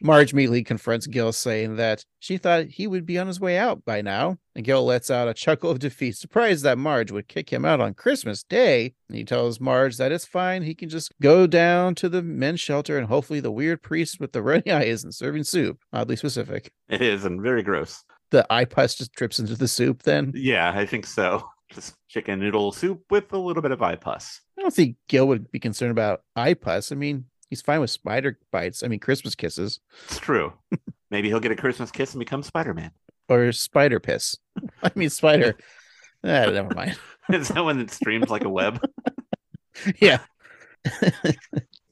Marge immediately confronts Gil, saying that she thought he would be on his way out by now. And Gil lets out a chuckle of defeat, surprised that Marge would kick him out on Christmas Day. And he tells Marge that it's fine, he can just go down to the men's shelter and hopefully the weird priest with the runny eye isn't serving soup. Oddly specific. It is and very gross. The eye pus just drips into the soup then. Yeah, I think so. just chicken noodle soup with a little bit of eye pus. I don't think Gil would be concerned about eye pus. I mean, he's fine with spider bites. I mean, Christmas kisses It's true. Maybe he'll get a Christmas kiss and become Spider Man. or spider piss. I mean, spider. ah, never mind. Is that one that streams like a web? Yeah.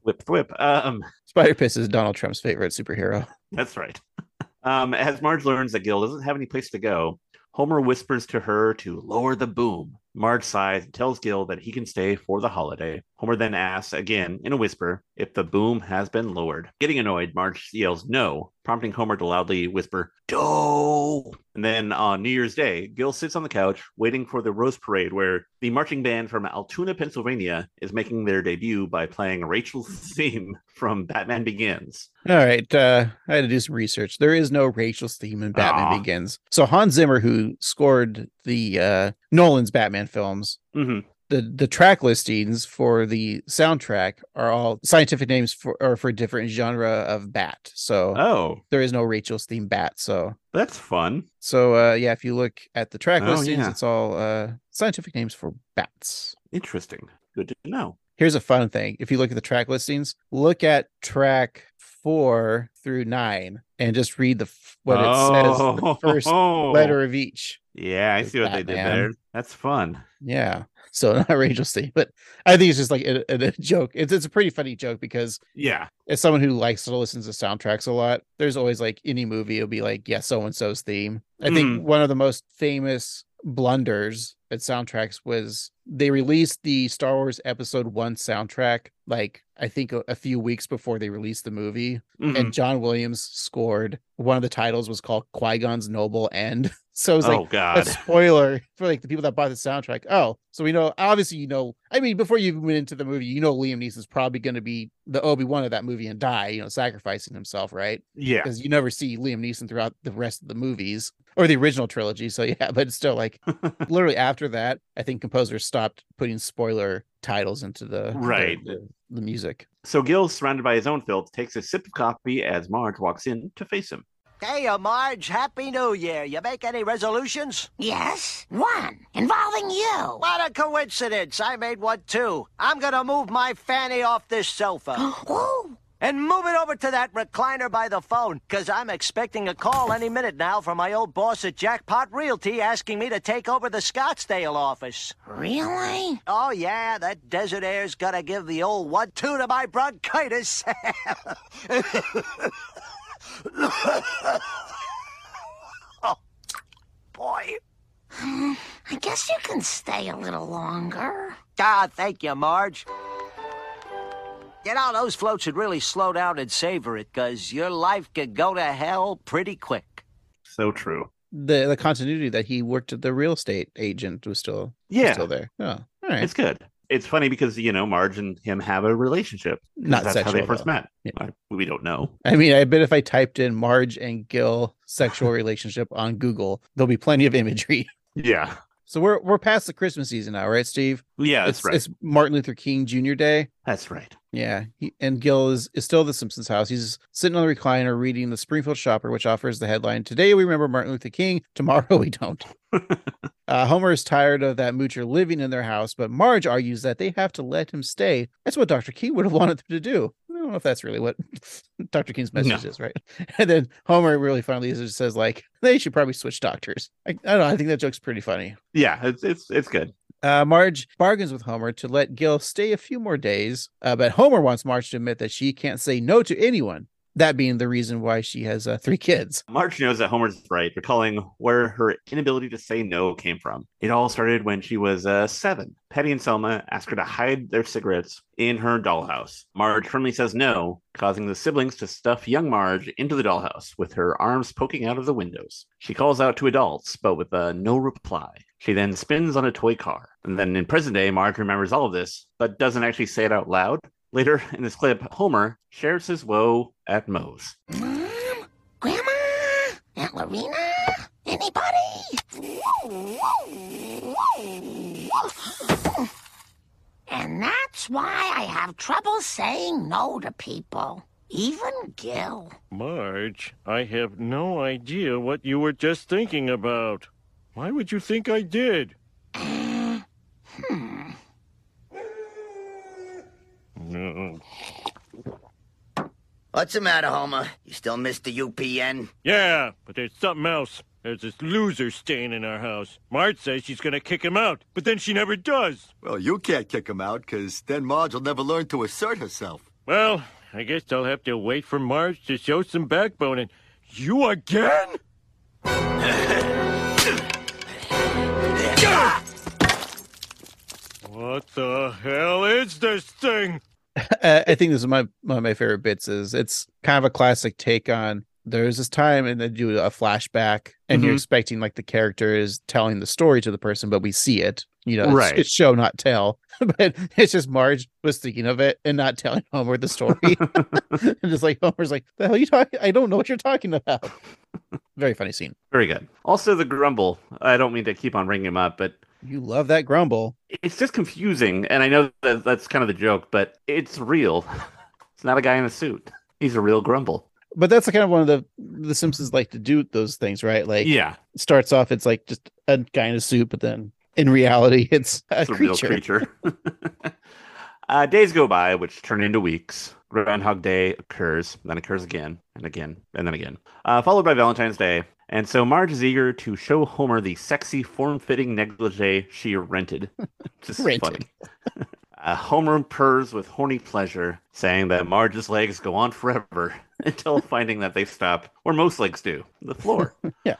Whip whip. Um, Spider piss is Donald Trump's favorite superhero. That's right. Um, as Marge learns that Gil doesn't have any place to go, Homer whispers to her to lower the boom. Marge sighs and tells Gil that he can stay for the holiday. Homer then asks again in a whisper if the boom has been lowered. Getting annoyed, Marge yells no, prompting Homer to loudly whisper, Do! And then on New Year's Day, Gil sits on the couch waiting for the Rose Parade, where the marching band from Altoona, Pennsylvania is making their debut by playing Rachel's theme from Batman Begins. All right, uh, I had to do some research. There is no racial theme in Batman Aw. Begins. So Hans Zimmer, who scored the uh, Nolan's Batman films, Mhm. the the track listings for the soundtrack are all scientific names for or for different genre of bat. So Oh. there is no Rachel's theme bat. So That's fun. so uh, yeah, if you look at the track Oh, listings, yeah. it's all uh, scientific names for bats. Interesting. Good to know. Here's a fun thing. If you look at the track listings, look at track four through nine and just read the f- what it says the first Oh. letter of each. Yeah, I With see what they did Batman. there. That's fun. Yeah. So not Rachel Steen, but I think it's just like a, a- a joke. It's, it's a pretty funny joke because Yeah. as someone who likes to listen to soundtracks a lot, there's always like any movie it'll be like, yeah, so and so's theme. I think Mhm. one of the most famous blunders at soundtracks was they released the Star Wars Episode One soundtrack like I think a, a few weeks before they released the movie, Mhm. and John Williams scored. One of the titles was called Qui Gon's Noble End. So it was like Oh, a God. spoiler for like the people that bought the soundtrack. Oh, so we know obviously you know. I mean, before you even went into the movie, you know Liam Neeson's probably going to be the Obi Wan of that movie and die. You know, sacrificing himself, right? Yeah. because you never see Liam Neeson throughout the rest of the movies or the original trilogy. So yeah, but it's still like literally after that, I think composers stopped putting spoiler titles into the their- Right. the- the music. So Gil, surrounded by his own filth, takes a sip of coffee as Marge walks in to face him. Hey, uh, Marge, Happy New Year. You make any resolutions? Yes, one involving you. What a coincidence. I made one too. I'm gonna move my fanny off this sofa. And move it over to that recliner by the phone, because I'm expecting a call any minute now from my old boss at Jackpot Realty asking me to take over the Scottsdale office. Really? Oh, yeah, that desert air's gonna give the old one two to my bronchitis. Oh, Boy. I guess you can stay a little longer. Ah, thank you, Marge. You know, those floats should really slow down and savor it, because your life could go to hell pretty quick. So true. The the continuity that he worked at the real estate agent was still was Yeah. still there. Oh, all right. It's good. It's funny because you know Marge and him have a relationship. 'cause Not that's how they sexual, first though. met. I- we don't know. I mean, I bet if I typed in Marge and Gil sexual relationship on Google, there'll be plenty of imagery. Yeah. So we're we're past the Christmas season now, right, Steve? Yeah, that's it's, right. It's Martin Luther King Jr. Day. That's right. Yeah, he, and Gil is, is still at the Simpsons house. He's sitting on the recliner reading the Springfield Shopper, which offers the headline: "Today we remember Martin Luther King. Tomorrow we don't." uh, Homer is tired of that moocher living in their house, but Marge argues that they have to let him stay. That's what Dr. King would have wanted them to do. I don't know if that's really what Dr. King's message is, right? And then Homer really finally just says, "Like they should probably switch doctors." I, I don't know. I think that joke's pretty funny. Yeah, it's it's it's good. Uh, Marge bargains with Homer to let Gil stay a few more days, uh, but Homer wants Marge to admit that she can't say no to anyone. That being the reason why she has uh, three kids. Marge knows that Homer's right, recalling where her inability to say no came from. It all started when she was uh, seven. Patty and Selma ask her to hide their cigarettes in her dollhouse. Marge firmly says no, causing the siblings to stuff young Marge into the dollhouse with her arms poking out of the windows. She calls out to adults, but with uh, no reply. She then spins on a toy car. And then in present day, Marge remembers all of this, but doesn't actually say it out loud. Later in this clip, Homer shares his woe at Moe's. Grandma? Aunt Lorena? Anybody? And that's why I have trouble saying no to people, even Gil. Marge, I have no idea what you were just thinking about. Why would you think I did? What's the matter, Homer? You still miss the UPN? Yeah, but there's something else. There's this loser staying in our house. Marge says she's gonna kick him out, but then she never does. Well, you can't kick him out, because then Marge will never learn to assert herself. Well, I guess I'll have to wait for Marge to show some backbone and. You again? what the hell is this thing? I I think this is my one of my favorite bits. Is it's kind of a classic take on there's this time, and they do a flashback, and you're Mhm. expecting like the character is telling the story to the person, but we see it. You know, it's, Right. it's show not tell, but it's just Marge was thinking of it and not telling Homer the story, and just like Homer's like, "The hell you talking? I don't know what you're talking about." Very funny scene. Very good. Also, the grumble. I don't mean to keep on bringing him up, but you love that grumble. It's just confusing, and I know that that's kind of the joke, but it's real. It's not a guy in a suit. He's a real grumble. but that's kind of one of the the Simpsons like to do those things, right? Like, Yeah. it starts off it's like just a kind of soup, but then in reality, it's a, It's a creature. real creature. uh, days go by, which turn into weeks. Groundhog Day occurs, then occurs again, and again, and then again, uh, followed by Valentine's Day. And so Marge is eager to show Homer the sexy, form-fitting negligee she rented. Just Rented. funny. Uh, Homer purrs with horny pleasure, saying that Marge's legs go on forever until finding that they stop, or most legs do, the floor. yeah.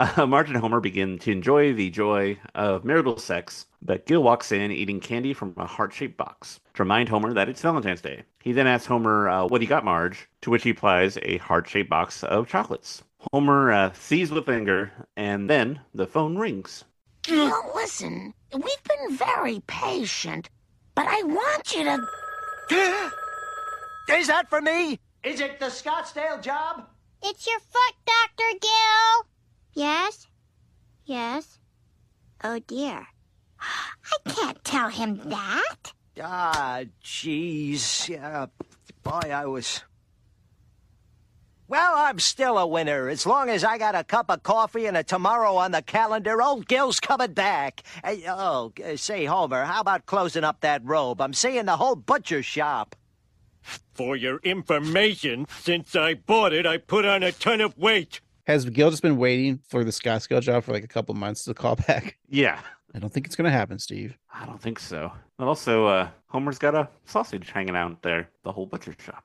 Uh, Marge and Homer begin to enjoy the joy of marital sex, but Gil walks in eating candy from a heart shaped box to remind Homer that it's Valentine's Day. He then asks Homer uh, what he got Marge, to which he applies a heart shaped box of chocolates. Homer uh, sees with anger, and then the phone rings. Now listen, we've been very patient, but I want you to. Is that for me? Is it the Scottsdale job? It's your foot, Dr. Gill. Yes? Yes? Oh dear. I can't tell him that. Ah, jeez. Yeah, boy, I was. Well, I'm still a winner. As long as I got a cup of coffee and a tomorrow on the calendar, old Gil's coming back. Hey, oh, uh, say, Homer, how about closing up that robe? I'm seeing the whole butcher shop. For your information, since I bought it, I put on a ton of weight. Has Gil just been waiting for the Scottsdale job for like a couple months to call back? Yeah. I don't think it's gonna happen, Steve. I don't think so. And also, uh, Homer's got a sausage hanging out there, the whole butcher shop.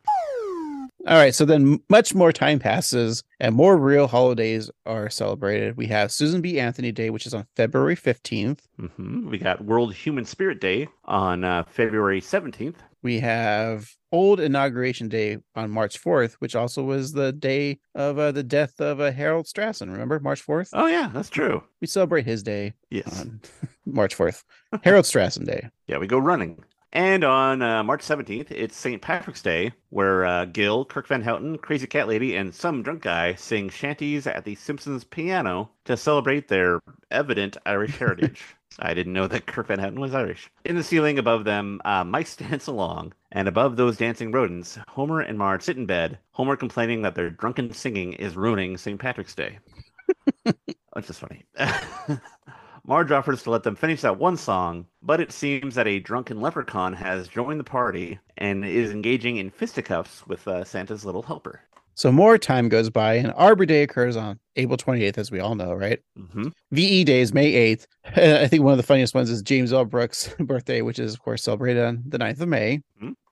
All right, so then much more time passes and more real holidays are celebrated. We have Susan B. Anthony Day, which is on February 15th. hmm We got World Human Spirit Day on uh, February 17th. We have Old Inauguration Day on March 4th, which also was the day of uh, the death of uh, Harold Strassen. Remember, March 4th? Oh, yeah, that's true. We celebrate his day Yes. on March 4th, Harold Strassen Day. Yeah, we go running. And on uh, March 17th, it's St. Patrick's Day, where uh, Gil, Kirk Van Houten, Crazy Cat Lady, and some drunk guy sing shanties at the Simpsons piano to celebrate their evident Irish heritage. I didn't know that Kirk Van Houten was Irish. In the ceiling above them, uh, Mike dance along, and above those dancing rodents, Homer and Marge sit in bed, Homer complaining that their drunken singing is ruining St. Patrick's Day. Which is Oh, funny. Marge offers to let them finish that one song, but it seems that a drunken leprechaun has joined the party and is engaging in fisticuffs with uh, Santa's little helper. So more time goes by, and Arbor Day occurs on April 28th, as we all know, right? Mm-hmm. VE Day is May 8th. And I think one of the funniest ones is James L. Brooks' birthday, which is, of course, celebrated on the 9th of May.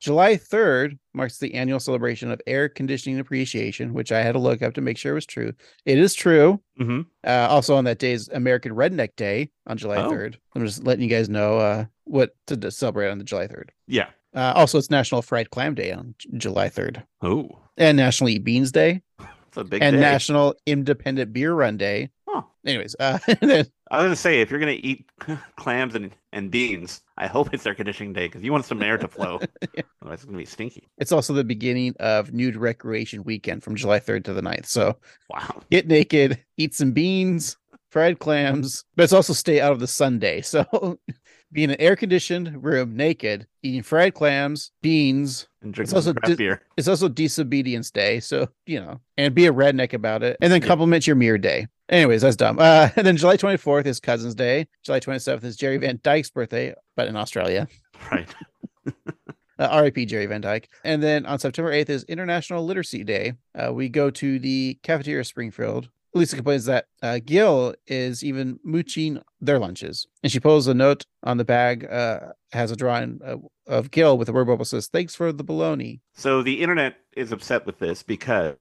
July 3rd marks the annual celebration of air conditioning appreciation, which I had to look up to make sure was true. It is true. Mhm. Uh, also on that day is American Redneck Day on July Oh. 3rd. I'm just letting you guys know uh, what to d- celebrate on the July 3rd. Yeah. Uh, also, it's National Fried Clam Day on J- July 3rd. Oh. And National Eat Beans Day. It's a big and day. National Independent Beer Run Day. Anyways, uh, I was going to say, if you're going to eat clams and, and beans, I hope it's air conditioning day because you want some air to flow. Otherwise, it's going to be stinky. It's also the beginning of nude recreation weekend from July 3rd to the 9th. So wow. get naked, eat some beans, fried clams, but it's also stay out of the sun day. So be in an air conditioned room naked, eating fried clams, beans, and drink some craft beer. It's also Disobedience Day, so you know, and be a redneck about it, and then compliment your mere day. Anyways, that's dumb. Uh, and then July 24th is Cousins Day. July 27th is Jerry Van Dyke's birthday, but in Australia. Right. Uh, RIP Jerry Van Dyke. And then on September 8th is International Literacy Day. Uh, we go to the cafeteria of Springfield. Lisa complains that uh, Gil is even mooching their lunches. And she pulls a note on the bag, uh, has a drawing uh, of Gil with a word bubble says, Thanks for the bologna. So the internet is upset with this because,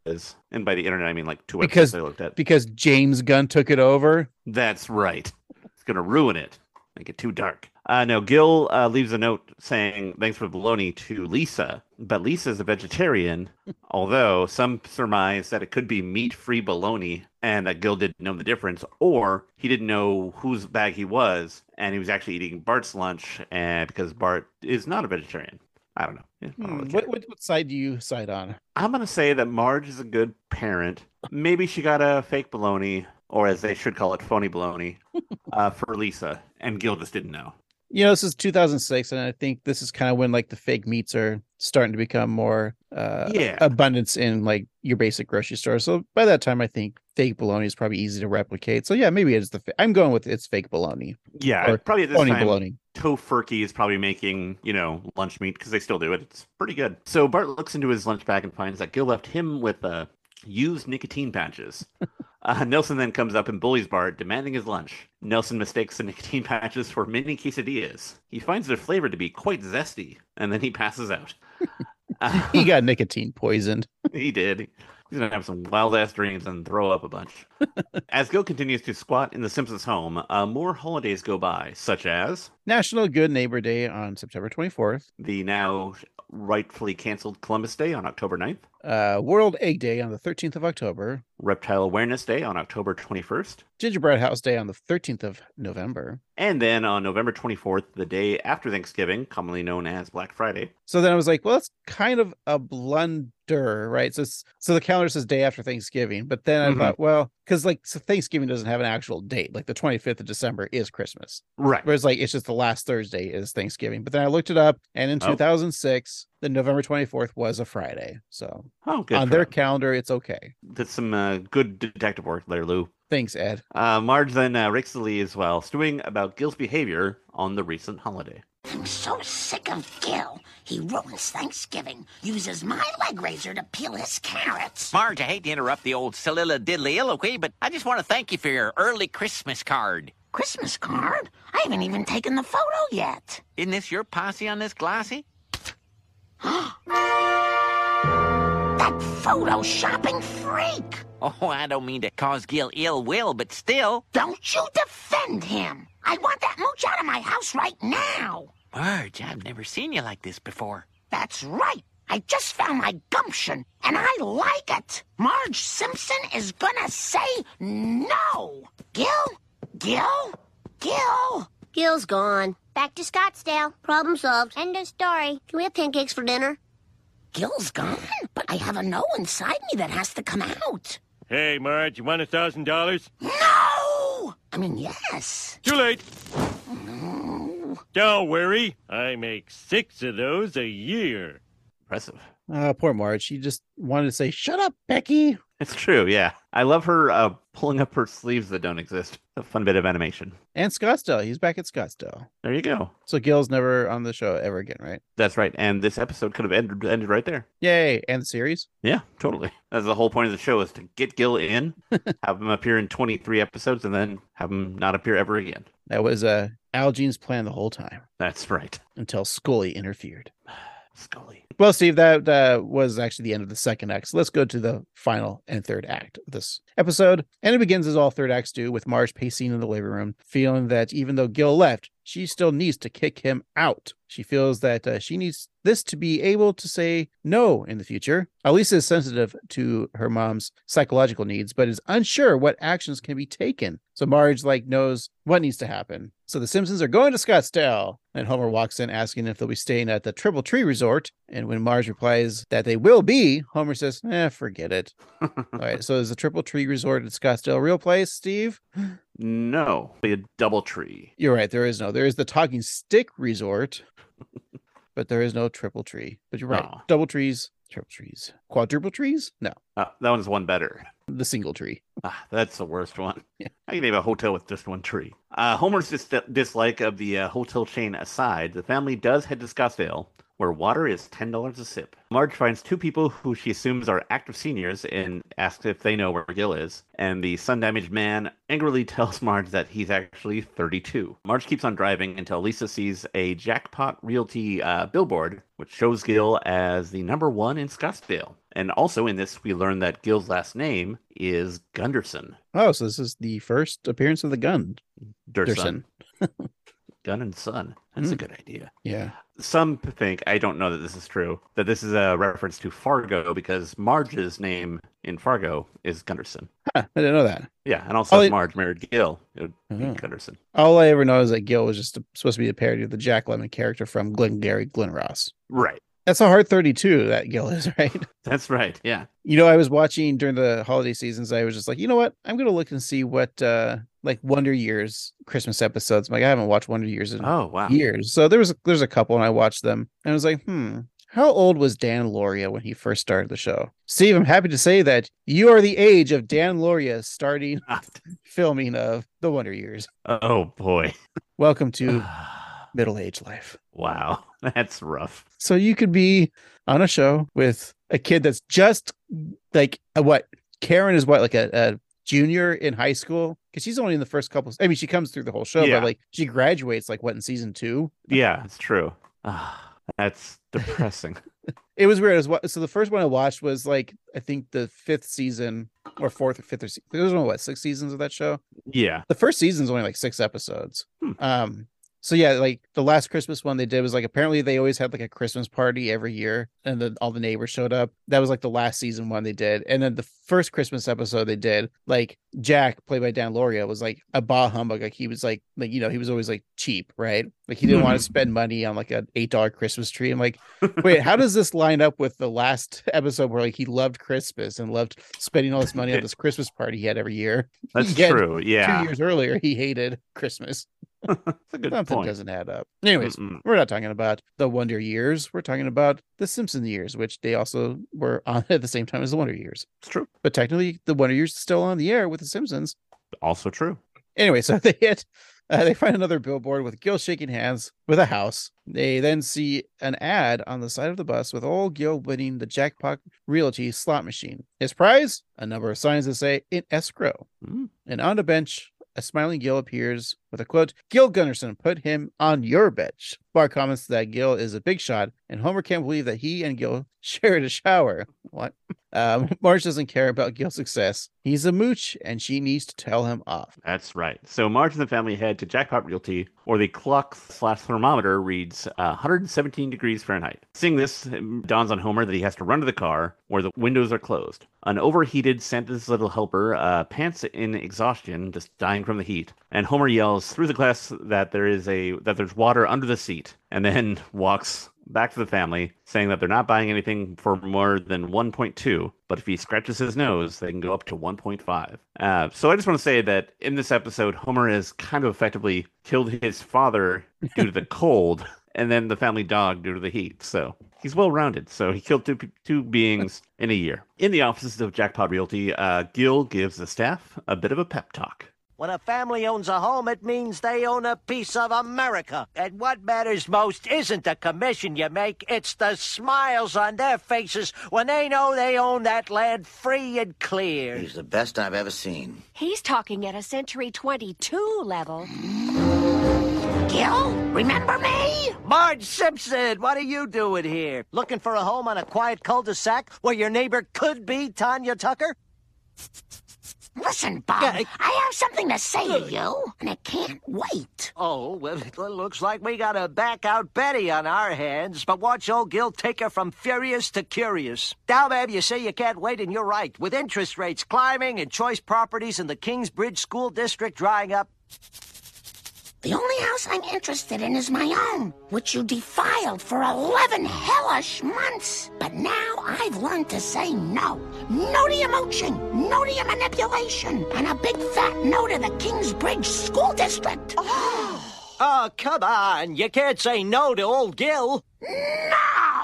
and by the internet I mean like two websites Because- they looked at. Because James Gunn took it over. That's right. It's going to ruin it, make it too dark. Uh, no, Gil uh, leaves a note saying thanks for the bologna to Lisa, but Lisa's a vegetarian, although some surmise that it could be meat free bologna and that Gil didn't know the difference, or he didn't know whose bag he was and he was actually eating Bart's lunch and because Bart is not a vegetarian. I don't know. Yeah, I don't Hmm, really what, what, what side do you side on? I'm gonna say that Marge is a good parent. Maybe she got a fake baloney, or as they should call it, phony baloney, uh, for Lisa, and Gil just didn't know. you know this is 2006 and i think this is kind of when like the fake meats are starting to become more uh Yeah. abundance in like your basic grocery store so by that time i think fake bologna is probably easy to replicate so yeah maybe it's the fa- i'm going with it's fake bologna Yeah, Or probably at this phony time, baloney. Tofurkey is probably making you know lunch meat because they still do it. It's pretty good. So Bart looks into his lunch bag and finds that Gil left him with uh, used nicotine patches. Uh, Nelson then comes up and bullies Bart, demanding his lunch. Nelson mistakes the nicotine patches for mini quesadillas. He finds their flavor to be quite zesty, and then he passes out. Uh, he got nicotine poisoned he did. He's gonna have some wild ass dreams and throw up a bunch. as Gil continues to squat in the Simpsons' home, uh, more holidays go by, such as national good neighbor day on september 24th the now rightfully canceled Columbus Day on October 9th, uh world egg day on the 13th of october Reptile Awareness Day on October 21st, gingerbread house day on the 13th of november and then on November 24th, the day after Thanksgiving, commonly known as Black Friday. So then I was like, well, that's kind of a blunder, right? So it's, so the calendar says day after Thanksgiving, but then I Mhm. thought, well, because like so Thanksgiving doesn't have an actual date, like the 25th of December is Christmas, Right. Whereas like it's just the last Thursday is Thanksgiving. But then I looked it up, and in Oh. 2006, the November 24th was a Friday, so Oh, good on for their them. calendar it's okay. That's some uh, good detective work there, Lou. Thanks, Ed. Uh, Marge then uh, rakes the leaves while stewing about Gil's behavior on the recent holiday. I'm so sick of Gil. He ruins Thanksgiving, uses my leg razor to peel his carrots. Marge, I hate to interrupt the old soliloquy, but I just want to thank you for your early Christmas card. Christmas card? I haven't even taken the photo yet. Isn't this your posse on this glossy? That photo shopping freak! Oh, I don't mean to cause Gil ill will, but still. Don't you defend him! I want that mooch out of my house right now! Marge, I've never seen you like this before. That's right! I just found my gumption, and I like it! Marge Simpson is gonna say no! Gil? Gil? Gil? Gil's gone. Back to Scottsdale. Problem solved. End of story. Can we have pancakes for dinner? Gil's gone? But I have a no inside me that has to come out. Hey, Marge, you want a thousand dollars? No! I mean, yes. Mm-hmm. Too late. Don't worry, I make six of those a year. Impressive. Uh, poor Marge, she just wanted to say, "Shut up, Becky." It's true, yeah. I love her uh, pulling up her sleeves that don't exist. A fun bit of animation. And Scottsdale, he's back at Scottsdale. There you go. So Gil's never on the show ever again, right? That's right. And this episode could have ended ended right there. Yay! And the series. Yeah, totally. That's the whole point of the show is to get Gil in, have him appear in 23 episodes, and then have him not appear ever again. That was uh, Al Jean's plan the whole time That's right. until Scully interfered. Scully. Well, Steve, that uh, was actually the end of the second act. So let's go to the final and third act of this episode. And it begins as all third acts do, with Marge pacing in the living room, feeling that even though Gil left, she still needs to kick him out. She feels that uh, she needs this to be able to say no in the future. Elisa is sensitive to her mom's psychological needs, but is unsure what actions can be taken. So Marge like knows what needs to happen. So the Simpsons are going to Scottsdale, and Homer walks in asking if they'll be staying at the Triple Tree Resort. And when Marge replies that they will be, Homer says, "Eh, forget it." All right. So is the Triple Tree Resort in Scottsdale a real place, Steve? No, the DoubleTree. You're right. There is no. There is the Talking Stick Resort, but there is no Triple Tree. But you're right. No. Double trees, triple trees, quadruple trees. No, Uh, that one's one better. the single tree. Ah, that's the worst one. I can name a hotel with just one tree. Uh, Homer's dis- dislike of the uh, hotel chain aside, the family does head to Scottsdale, where water is ten dollars a sip. Marge finds two people who she assumes are active seniors and asks if they know where Gil is. And the sun-damaged man angrily tells Marge that he's actually thirty-two. Marge keeps on driving until Lisa sees a jackpot realty uh, billboard, which shows Gil as the number one in Scottsdale. And also in this, we learn that Gil's last name is Gunderson. Oh, so this is the first appearance of the gun. Durson. Gun and Son. That's a Mm. good idea. Yeah. Some p- think, I don't know that this is true, that this is a reference to Fargo because Marge's name in Fargo is Gunderson. Huh, I didn't know that. Yeah. And also, Oh, if it- Marge married Gil, it would Oh. be Gunderson. All I ever know is that Gil was just supposed to be a parody of the Jack Lemon character from Glengarry Glen Ross. Right. That's a hard 32 that Gil is, right? That's right. Yeah. You know, I was watching during the holiday seasons. I was just like, you know what? I'm gonna look and see what uh like Wonder Years Christmas episodes. like I haven't watched Wonder Years in Oh, wow. years. So there was a, there's a couple, and I watched them, and I was like, hmm, how old was Dan Loria when he first started the show? Steve, I'm happy to say that you are the age of Dan Loria starting filming of the Wonder Years. Oh, boy. Welcome to Ah. middle age life. Wow. That's rough. So you could be on a show with a kid that's just like a, what Karen is what like a, a junior in high school because she's only in the first couple. I mean, she comes through the whole show, Yeah. but like she graduates like what in season two. Yeah. It's true. Ah, that's depressing. It was weird. It was, wa- so the first one I watched was like I think the fifth season or fourth or fifth or sixth. There was only what six seasons of that show. yeah. The first season's only like six episodes. Um, so yeah, like the last Christmas one they did was like apparently they always had like a Christmas party every year, and then all the neighbors showed up. That was like the last season one they did, and then the first Christmas episode they did, like Jack, played by Dan Loria, was like a bah humbug. Like he was like like you know he was always like cheap, right? Like he didn't want Mhm. to spend money on like an eight dollar Christmas tree. I'm like, wait, how does this line up with the last episode where like he loved Christmas and loved spending all this money on this Christmas party he had every year? That's Yet true, yeah. two years earlier he hated Christmas. That's a good Something point. doesn't add up. Anyways, Mm-mm. we're not talking about the Wonder Years. We're talking about the Simpson years, which they also were on at the same time as the Wonder Years. It's true. But technically, the Wonder Years is still on the air with the Simpsons. Also true. Anyway, so they hit. Uh, they find another billboard with Gil shaking hands with a house. They then see an ad on the side of the bus with old Gil winning the jackpot realty slot machine. His prize? A number of signs that say in escrow. And on the bench, a smiling Gil appears with a quote, Gil Gunnarsson, put him on your bench. Bart comments that Gil is a big shot, and Homer can't believe that he and Gil shared a shower. What? Um, Marge doesn't care about Gil's success. He's a mooch, and she needs to tell him off. That's right. So Marge and the family head to Jackpot Realty, or the clock slash thermometer reads uh, 117 degrees Fahrenheit. Seeing this um, dawns on Homer that he has to run to the car where the windows are closed. An overheated Santa's little helper uh, pants in exhaustion, just dying from the heat, and Homer yells through the glass that there is a that there's water under the seat, and then walks back to the family saying that they're not buying anything for more than 1.2 but if he scratches his nose they can go up to 1.5 uh, so i just want to say that in this episode homer has kind of effectively killed his father due to the cold and then the family dog due to the heat so he's well rounded so he killed two, pe- two beings in a year in the offices of jackpot realty uh, gill gives the staff a bit of a pep talk When a family owns a home, it means they own a piece of America. And what matters most isn't the commission you make, it's the smiles on their faces when they know they own that land free and clear. He's the best I've ever seen. He's talking at a Century 22 level. Gil, remember me? Marge Simpson, what are you doing here? Looking for a home on a quiet cul-de-sac where your neighbor could be Tanya Tucker? Listen, Bob, I have something to say to you, and I can't wait. Oh, well, it looks like we got a back out Betty on our hands, but watch old Gil take her from furious to curious. Now, ma'am, you say you can't wait, and you're right. With interest rates climbing and choice properties in the Kingsbridge School District drying up, The only house I'm interested in is my own, which you defiled for 11 hellish months. But now I've learned to say no. No to your mooching, no to your manipulation, and a big fat no to the Kingsbridge School District. Oh, come on. You can't say no to old Gil.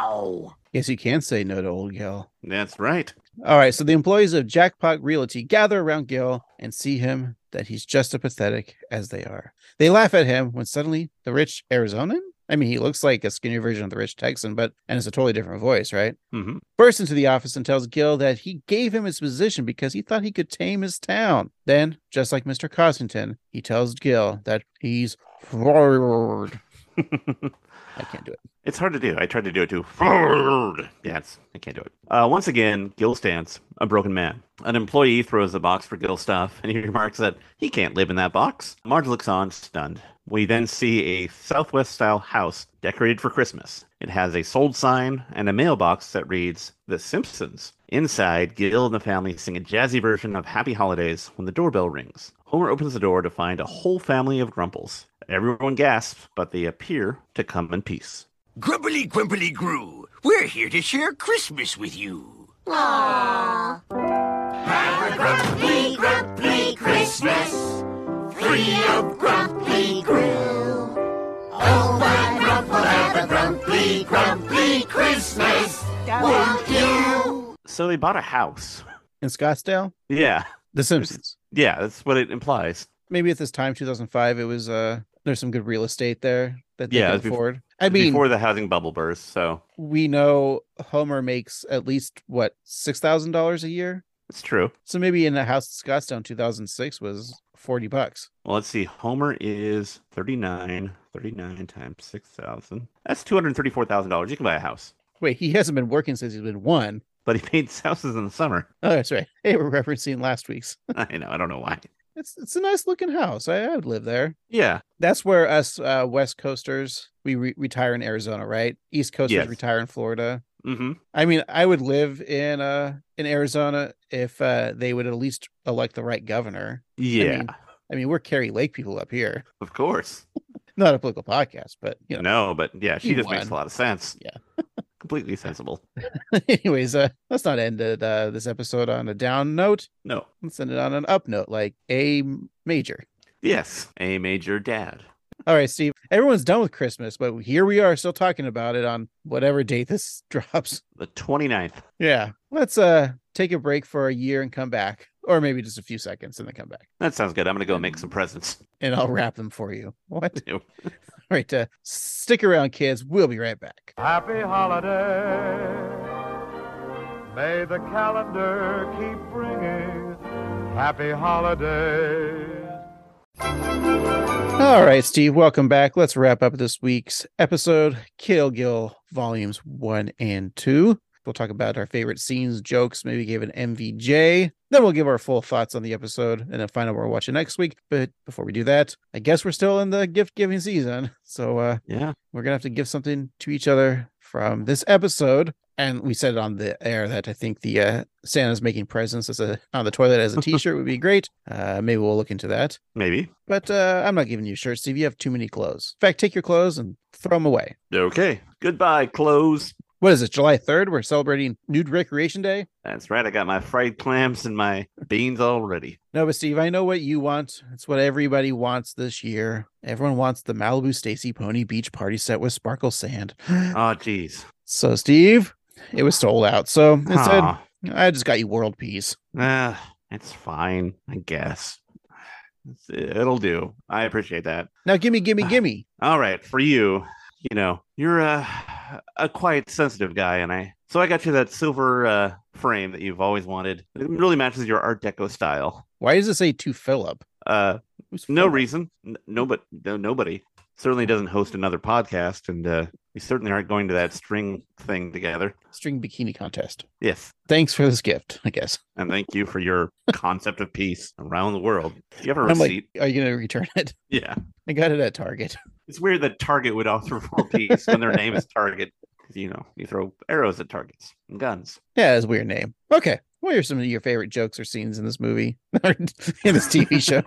No! Yes, you can say no to old Gil. That's right. All right, so the employees of Jackpot Realty gather around Gil and see him that he's just as pathetic as they are. They laugh at him when suddenly the rich Arizonan, I mean, he looks like a skinnier version of the rich Texan, but and it's a totally different voice, right? Mhm. Bursts into the office and tells Gil that he gave him his position because he thought he could tame his town. Then, just like Mr. Cossington, he tells Gil that he's forward. Mm-hmm. I can't do it. It's hard to do. I tried to do it too. Yeah, it's, I can't do it. Uh, once again, Gil stance, a broken man. An employee throws a box for Gil stuff, and he remarks that he can't live in that box. Marge looks on, stunned. We then see a Southwest style house decorated for Christmas. It has a sold sign and a mailbox that reads, The Simpsons. Inside, Gil and the family sing a jazzy version of Happy Holidays when the doorbell rings. Homer opens the door to find a whole family of Grumples. Everyone gasps, but they appear to come in peace. Grumpily Grumpily Groo, we're here to share Christmas with you. Aww. Have a grumpy, grumpy Christmas, free of grumpy Groo. Oh, my grumple, have a grumpy, grumpy Christmas, won't you? So they bought a house. In Scottsdale? Yeah. The Simpsons. Yeah, that's what it implies. Maybe at this time, 2005, it was, uh, there's some good real estate there that they yeah, it can was bef- afford. it I was mean, before the housing bubble burst. So we know Homer makes at least what, $6,000 a year? it's true. So maybe in a house in Scottsdale in 2006 was 40 bucks. Well, let's see. Homer is 39. 39 times 6,000. That's $234,000. You can buy a house. Wait, he hasn't been working since he's been one. But he paints houses in the summer. Oh, that's right. Hey, we're referencing last week's. I know. I don't know why. It's it's a nice looking house. I, I would live there. Yeah. That's where us uh, West Coasters we re- retire in Arizona, right? East Coasters Yes. retire in Florida. Mm-hmm. I mean, I would live in uh in Arizona if uh they would at least elect the right governor. I Yeah. mean, I mean we're Carrie Lake people up here. Of course. Not a political podcast, but you know. No, but yeah, she He just makes a won. lot of sense. Yeah. Completely sensible. Anyways, uh let's not end it, uh, this episode on a down note. No. Let's end it on an up note, like a major. Yes. A major dad. All right, Steve. Everyone's done with Christmas, but here we are still talking about it on whatever date this drops. The 29th. Yeah. Let's uh take a break for a year and come back. Or maybe just a few seconds and then come back. That sounds good. I'm going to go make some presents. And I'll wrap them for you. What? All right, uh, stick around, kids. We'll be right back. Happy holiday. May the calendar keep bringing happy holidays. All right, Steve, welcome back. Let's wrap up this week's episode Kill Gill Volumes 1 and 2. We'll talk about our favorite scenes, jokes, maybe give an MVJ. Then we'll give our full thoughts on the episode and then find out what we're watching next week. But before we do that, I guess we're still in the gift giving season. So, uh, Yeah. we're gonna have to give something to each other from this episode. And we said it on the air that I think the uh, Santa's making presents as a on the toilet as a T-shirt would be great. Uh, maybe we'll look into that. Maybe. But uh, I'm not giving you shirts, Steve. You have too many clothes. In fact, take your clothes and throw them away. Okay. Goodbye, clothes. What is it? July 3rd? We're celebrating Nude Recreation Day. That's right. I got my fried clams and my beans already. No, but Steve, I know what you want. It's what everybody wants this year. Everyone wants the Malibu Stacy Pony Beach Party set with sparkle sand. Oh, geez. So, Steve, it was sold out. So instead, Aw. I just got you world peace. Uh, it's fine, I guess. It's- It'll do. I appreciate that. Now, gimme, Ah. gimme, gimme. All right, for you, you know, you're a a quiet, sensitive guy, and I so I got you that silver uh, frame that you've always wanted. It really matches your Art Deco style. Why does it say to Philip? Uh, Who's no Philip? reason. N- No, but no, nobody certainly doesn't host another podcast, and uh, we certainly aren't going to that string thing together. String bikini contest. Yes. Thanks for this gift, I guess. and thank you for your concept of peace around the world. Do you have a I'm receipt? like, are you going to return it? yeah. I got it at Target. It's weird that Target would offer world peace when their name is Target. 'Cause, You know, you throw arrows at targets and guns. Yeah, it's a weird name. Okay. What are some of your favorite jokes or scenes in this movie? in this TV show?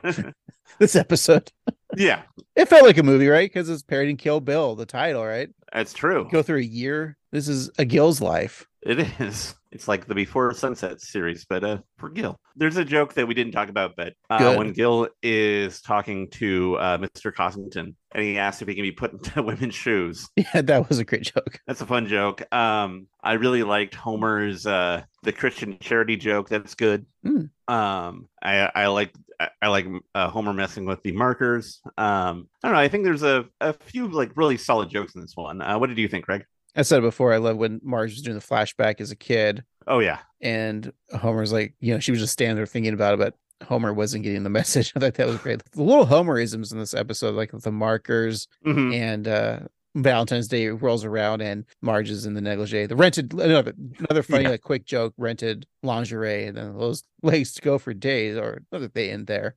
this episode? Yeah, It felt like a movie, right? Because it's parodying Kill Bill, the title, right? that's true. Go through a year. This is a Gill's life. It is. It's like the Before Sunset series, but uh, for Gil. There's a joke that we didn't talk about, but uh, Good. when Gil is talking to uh, Mr. Cosmington and he asks if he can be put into women's shoes, Yeah, that was a great joke. that's a fun joke. Um, I really liked Homer's uh, the Christian charity joke. That's good. Hmm. Um, I I like I- I like uh, Homer messing with the markers. Um, I don't know. I think there's a a few like really solid jokes in this one. Uh, what did you think, Greg? I said it before. I love when Marge was doing the flashback as a kid, Oh yeah, and Homer's like, you know, she was just standing there thinking about it, but Homer wasn't getting the message. I thought that was great. The little Homerisms in this episode, like with the markers Mhm. and uh Valentine's Day rolls around and Marge is in the negligee. The rented another, another funny Yeah. like quick joke rented lingerie and then those legs to go for days or not that they end there.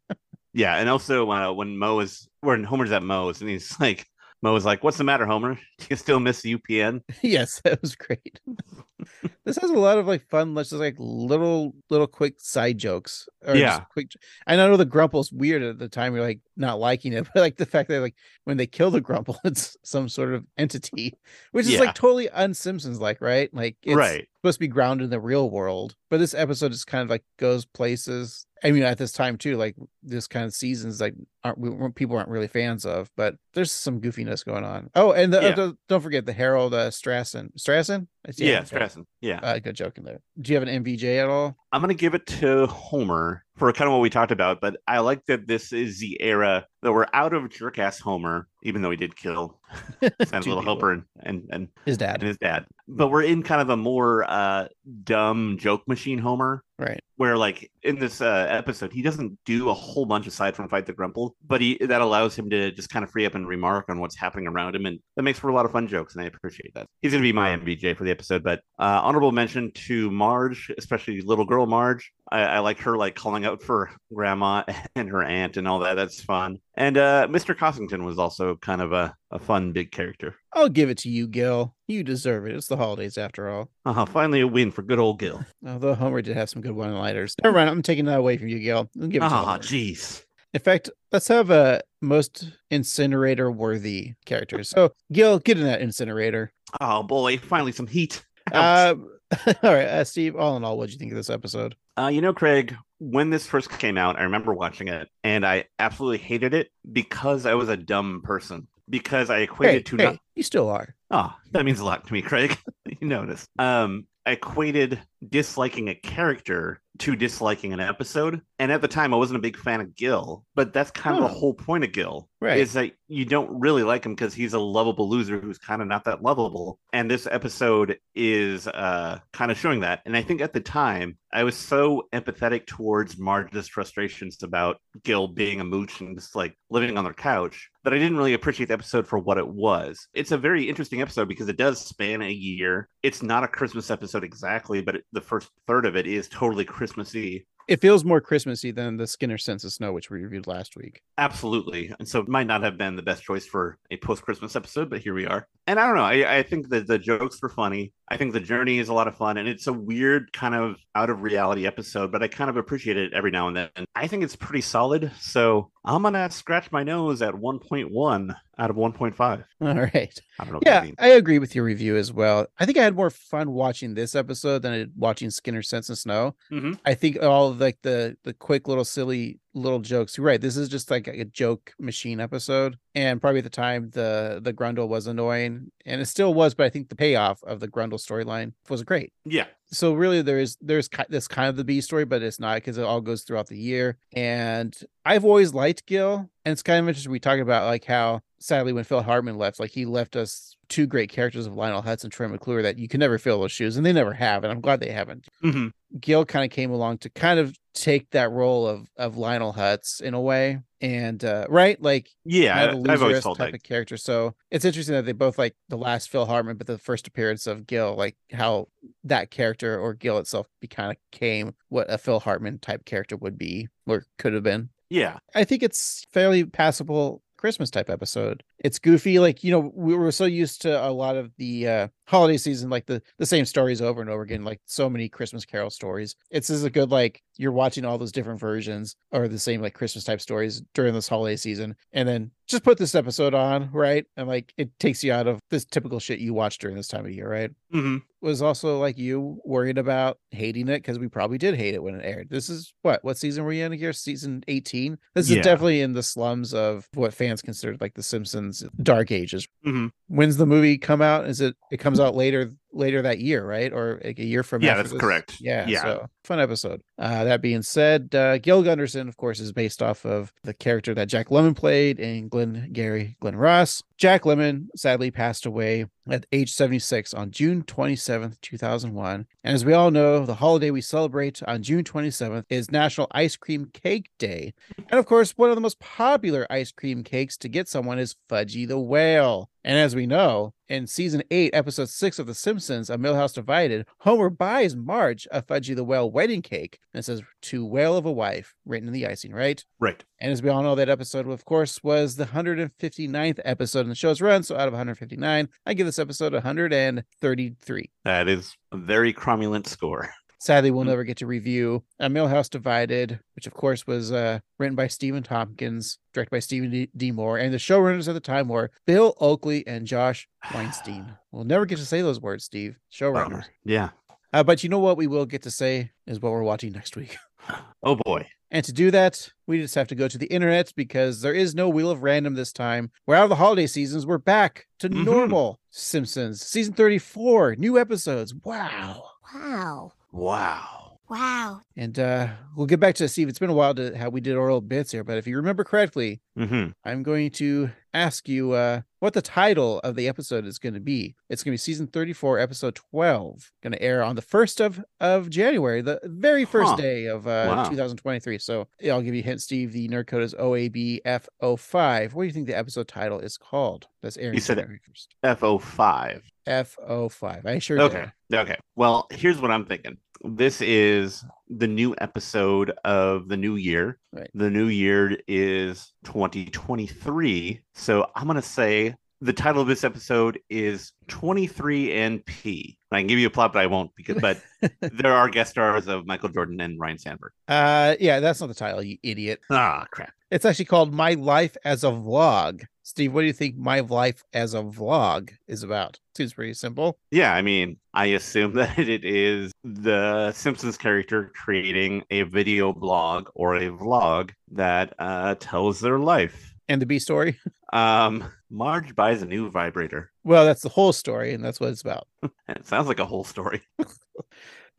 Yeah, and also uh, when Mo is when Homer's at Mo's and he's like Mo's like, "What's the matter, Homer? Do you still miss the UPN?" yes, that was great. this has a lot of like fun, let's just like little little quick side jokes. Or just Yeah. quick. And I know the Grumple's weird at the time. You're like not liking it, but like the fact that like when they kill the Grumple, it's some sort of entity, which is Yeah. like totally un Simpsons like, right? Like it's Right. supposed to be grounded in the real world, but this episode just kind of like goes places. I mean, at this time too, like this kind of seasons, like aren't we, weren't- people aren't really fans of, but there's some goofiness going on. Oh, and the, Yeah. don't- don't forget the Harold uh, Strassen. Strassen? That's- Yeah, okay. Strassen. Yeah, Uh, good joke in there. Do you have an MVJ at all? I'm gonna give it to Homer for kind of what we talked about, but I like that this is the era that we're out of jerk-ass Homer, even though he did kill Santa's Two little people. helper and and and, His dad. and his dad, but we're in kind of a more uh, dumb joke machine Homer. Right. where like in this uh, episode he doesn't do a whole bunch aside from fight the grumple but he that allows him to just kind of free up and remark on what's happening around him and that makes for a lot of fun jokes and i appreciate that he's going to be my mvj for the episode but uh, honorable mention to marge especially little girl marge I, I like her like calling out for grandma and her aunt and all that that's fun and uh, mr cossington was also kind of a, a fun big character I'll give it to you, Gil. You deserve it. It's the holidays after all. uh, finally a win for good old gil Although Homer did have some good one-liners. Never mind. I'm taking that away from you, Gil. I'll give it to Ah, Homer. jeez In fact, let's have a most incinerator worthy character. So, Gil, get in that incinerator. oh boy finally some heat Uh, all right, uh, Steve. All in all, what would you think of this episode? Uh, you know, Craig, when this first came out, I remember watching it and I absolutely hated it because I was a dumb person. Because I Hey, equated to hey, not. you still are. Oh, that means a lot to me, Craig. you notice. Um, I equated disliking a character to disliking an episode. And at the time, I wasn't a big fan of Gil, but that's kind of Huh. the whole point of Gil Right. is that you don't really like him because he's a lovable loser who's kind of not that lovable. And this episode is uh, kind of showing that. And I think at the time, I was so empathetic towards Marge's frustrations about Gil being a mooch and just like living on their couch that I didn't really appreciate the episode for what it was. It's a very interesting episode because it does span a year. It's not a Christmas episode exactly, but it, the first third of it is totally Christmassy. It feels more Christmassy than the Skinner Sense of Snow, which we reviewed last week. Absolutely. And so it might not have been the best choice for a post Christmas episode, but here we are. And I don't know. I, I think that the jokes were funny. I think the journey is a lot of fun. And it's a weird kind of out of reality episode, but I kind of appreciate it every now and then. And I think it's pretty solid. So I'm going to scratch my nose at 1.1 out of 1.5. I All right. don't know. what that Yeah, means. I agree with your review as well. I think I had more fun watching this episode than I did watching Skinner Sense of Snow. Mhm. I think all of like the the quick little silly little jokes. You're right. This is just like a joke machine episode. And probably at the time the the Grundle was annoying and it still was, but I think the payoff of the Grundle storyline was great. Yeah. so really there is there's ki- this kind of the B story, but it's not because it all goes throughout the year. And I've always liked Gil, and it's kind of interesting. We talk about like how sadly when Phil Hartman left, like he left us two great characters of Lionel Hutz and Troy McClure that you can never fill those shoes, and they never have, and I'm glad they haven't. Mhm. Gil kind of came along to kind of take that role of of Lionel Hutz in a way, and uh, right like Yeah. kind of I, a I've always loserist felt type that. of character. So it's interesting that they both like the last Phil Hartman, but the first appearance of Gil, like how that character or Gil itself be kind of came what a Phil Hartman type character would be or could have been. Yeah. I think it's fairly passable Christmas type episode. It's goofy. Like, you know, we were so used to a lot of the uh, holiday season, like the, the same stories over and over again, like so many Christmas Carol stories. It's just a good, like, you're watching all those different versions or the same, like, Christmas type stories during this holiday season. And then just put this episode on, right? And like, it takes you out of this typical shit you watch during this time of year, right? Mm-hmm. was also like you worried about hating it because we probably did hate it when it aired. This is what what season were you in here? Season eighteen. This Yeah. is definitely in the slums of what fans considered like the Simpsons dark ages. Mhm. When's the movie come out? Is it it comes out later later that year, right? Or like a year from Yeah, after that's this? correct. Yeah, Yeah. So fun episode. Uh, that being said, uh, Gil Gunderson, of course, is based off of the character that Jack Lemon played in Glenn Gary Glenn Ross. Jack Lemon sadly passed away at age 76 on June 27th, 2001. And as we all know, the holiday we celebrate on June 27th is National Ice Cream Cake Day. And of course, one of the most popular ice cream cakes to get someone is Fudgy the Whale. And as we know, in season eight, episode six of The Simpsons, A Millhouse Divided, Homer buys Marge a Fudgy the Whale wedding cake and it says, To Whale of a Wife, written in the icing, right? Right. And as we all know, that episode, of course, was the 159th episode in the show's run. So out of 159, I give this episode 133. That is a very cromulent score. Sadly, we'll never get to review A Millhouse Divided, which of course was uh, written by Stephen Tompkins, directed by Stephen D. D. Moore, and the showrunners at the time were Bill Oakley and Josh Weinstein. We'll never get to say those words, Steve. Showrunners. Yeah. Uh, but you know what we will get to say is what we're watching next week. Oh boy. And to do that, we just have to go to the internet because there is no Wheel of Random this time. We're out of the holiday seasons. We're back to normal Simpsons. Season 34, new episodes. Wow. Wow. Wow. Wow. And uh, we'll get back to Steve. It's been a while to how we did oral bits here, but if you remember correctly, Mm-hmm. I'm going to ask you uh, what the title of the episode is going to be. It's going to be season 34, episode 12, going to air on the 1st of, of January, the very first Huh. day of uh, Wow. 2023. So yeah, I'll give you a hint, Steve. The nerd code is OABF05. What do you think the episode title is called? That's airing You said January FO5. 1st. FO5. I sure okay. did. Okay. Well, here's what I'm thinking. This is the new episode of the new year. Right. The new year is 2023. So I'm going to say the title of this episode is 23 and P. I can give you a plot, but I won't because, but there are guest stars of Michael Jordan and Ryan Sandberg. Uh, yeah, that's not the title, you idiot. Ah, crap. It's actually called My Life as a Vlog. Steve, what do you think My Life as a Vlog is about? Seems pretty simple. Yeah, I mean, I assume that it is the Simpsons character creating a video blog or a vlog that uh, tells their life. And the B story? Um, Marge buys a new vibrator. Well, that's the whole story, and that's what it's about. It sounds like a whole story.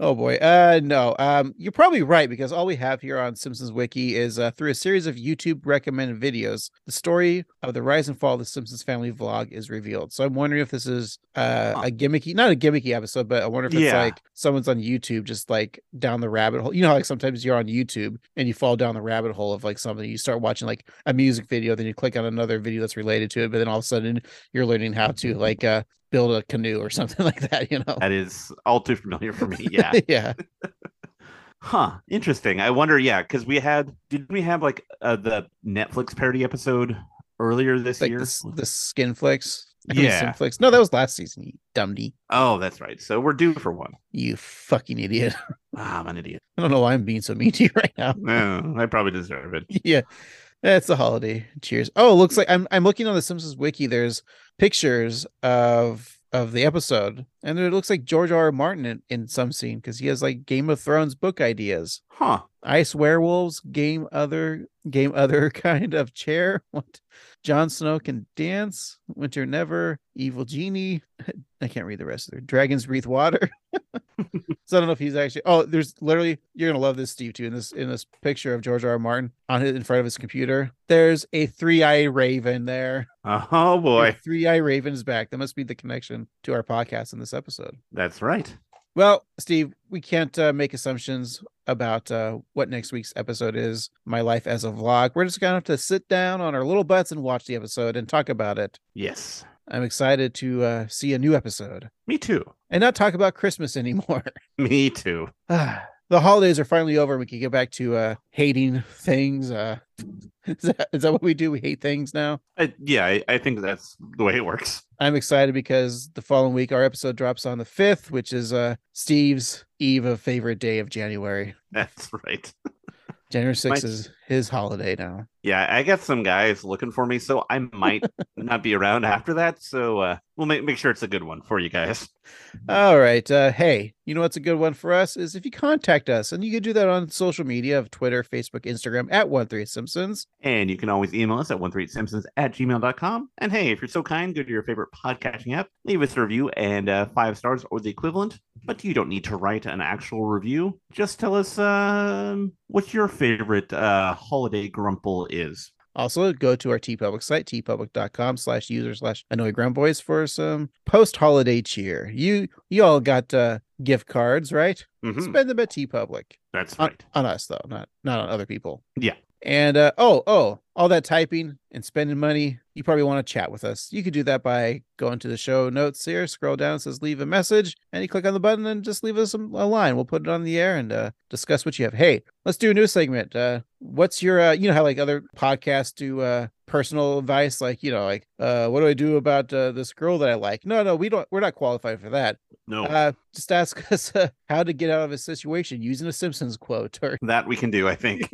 Oh boy. Uh no. Um you're probably right because all we have here on Simpsons Wiki is uh, through a series of YouTube recommended videos, the story of the rise and fall of the Simpsons family vlog is revealed. So I'm wondering if this is uh, a gimmicky not a gimmicky episode, but I wonder if it's Yeah. like someone's on YouTube just like down the rabbit hole. You know how like sometimes you're on YouTube and you fall down the rabbit hole of like something you start watching like a music video, then you click on another video that's related to it, but then all of a sudden you're learning how to like uh build a canoe or something like that, you know. That is all too familiar for me. Yeah. yeah. Huh. Interesting. I wonder. Yeah, because we had did we have like uh, the Netflix parody episode earlier this like year? the, s- the skin flicks. I mean, Yeah. skin flicks. No, that was last season. You dummy. Oh, that's right. So we're due for one. You fucking idiot. Ah, I'm an idiot. I don't know why I'm being so mean to you right now. No, I probably deserve it. yeah. That's the holiday. Cheers. Oh, it looks like I'm I'm looking on the Simpsons wiki. There's pictures of of the episode, and it looks like George R. R. Martin in, in some scene because he has like Game of Thrones book ideas. Huh. Ice werewolves, game other game other kind of chair. What? Jon Snow can dance. Winter never. Evil genie. I can't read the rest of their dragons breathe water. so I don't know if he's actually. Oh, there's literally. You're gonna love this, Steve, too. In this in this picture of George R. R. Martin on his in front of his computer, there's a three eye raven there. Oh boy. Three eye raven is back. That must be the connection to our podcast in this episode. That's right. Well, Steve, we can't uh, make assumptions about uh, what next week's episode is. My life as a vlog. We're just gonna have to sit down on our little butts and watch the episode and talk about it. Yes. I'm excited to uh, see a new episode Me too. and not talk about Christmas anymore. Me too. Ah, the holidays are finally over. We can get back to uh hating things. Uh is that, is that what we do? We hate things now. I, yeah, I, I think that's the way it works. I'm excited because the following week our episode drops on the 5th, which is uh Steve's eve of favorite day of January. That's right. January 6th Might- is his holiday now. Yeah, I got some guys looking for me, so I might not be around after that. So uh, we'll make make sure it's a good one for you guys. All right. Uh, hey, you know what's a good one for us is if you contact us, and you can do that on social media of Twitter, Facebook, Instagram at one three Simpsons. And you can always email us at 138simpsons at gmail.com. And hey, if you're so kind, go to your favorite podcasting app, leave us a review and uh, five stars or the equivalent. But you don't need to write an actual review. Just tell us um, what your favorite uh, holiday grumble is. Also, go to our TeePublic site, tpublic.com slash user slash annoy ground boys for some post holiday cheer. You you all got uh, gift cards, right? Mhm. Spend them at TeePublic. That's on, right. on us though, not not on other people. Yeah. And uh, oh, oh, all that typing and spending money, you probably want to chat with us. You can do that by going to the show notes here, scroll down, it says leave a message, and you click on the button and just leave us some, a line. We'll put it on the air and uh, discuss what you have. Hey, let's do a new segment. Uh, what's your, uh, you know, how like other podcasts do uh, personal advice, like, you know, like, uh, what do I do about uh, this girl that I like? No, no, we don't, we're not qualified for that. No. Uh, just ask us uh, how to get out of a situation using a Simpsons quote or That we can do, I think.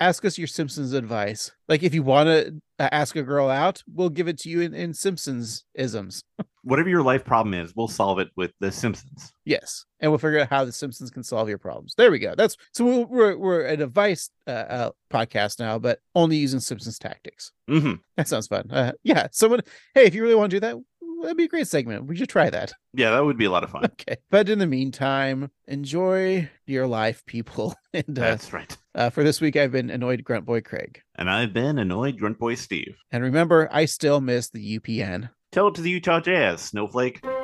ask us your Simpsons advice. Like if you want to ask a girl out, we'll give it to you in, in Simpsons isms. Whatever your life problem is, we'll solve it with The Simpsons. Yes, and we'll figure out how the Simpsons can solve your problems. There we go. That's so we're we're, we're an advice uh, uh, podcast now, but only using Simpsons tactics. Mm-hmm. That sounds fun. Uh, yeah, someone. Hey, if you really want to do that, that'd be a great segment. We should try that. Yeah, that would be a lot of fun. Okay. But in the meantime, enjoy your life, people. And uh, That's right. Uh, for this week, I've been annoyed grunt boy Craig, And I've been annoyed grunt boy Steve. and remember, I still miss the UPN. Tell it to the Utah Jazz, Snowflake.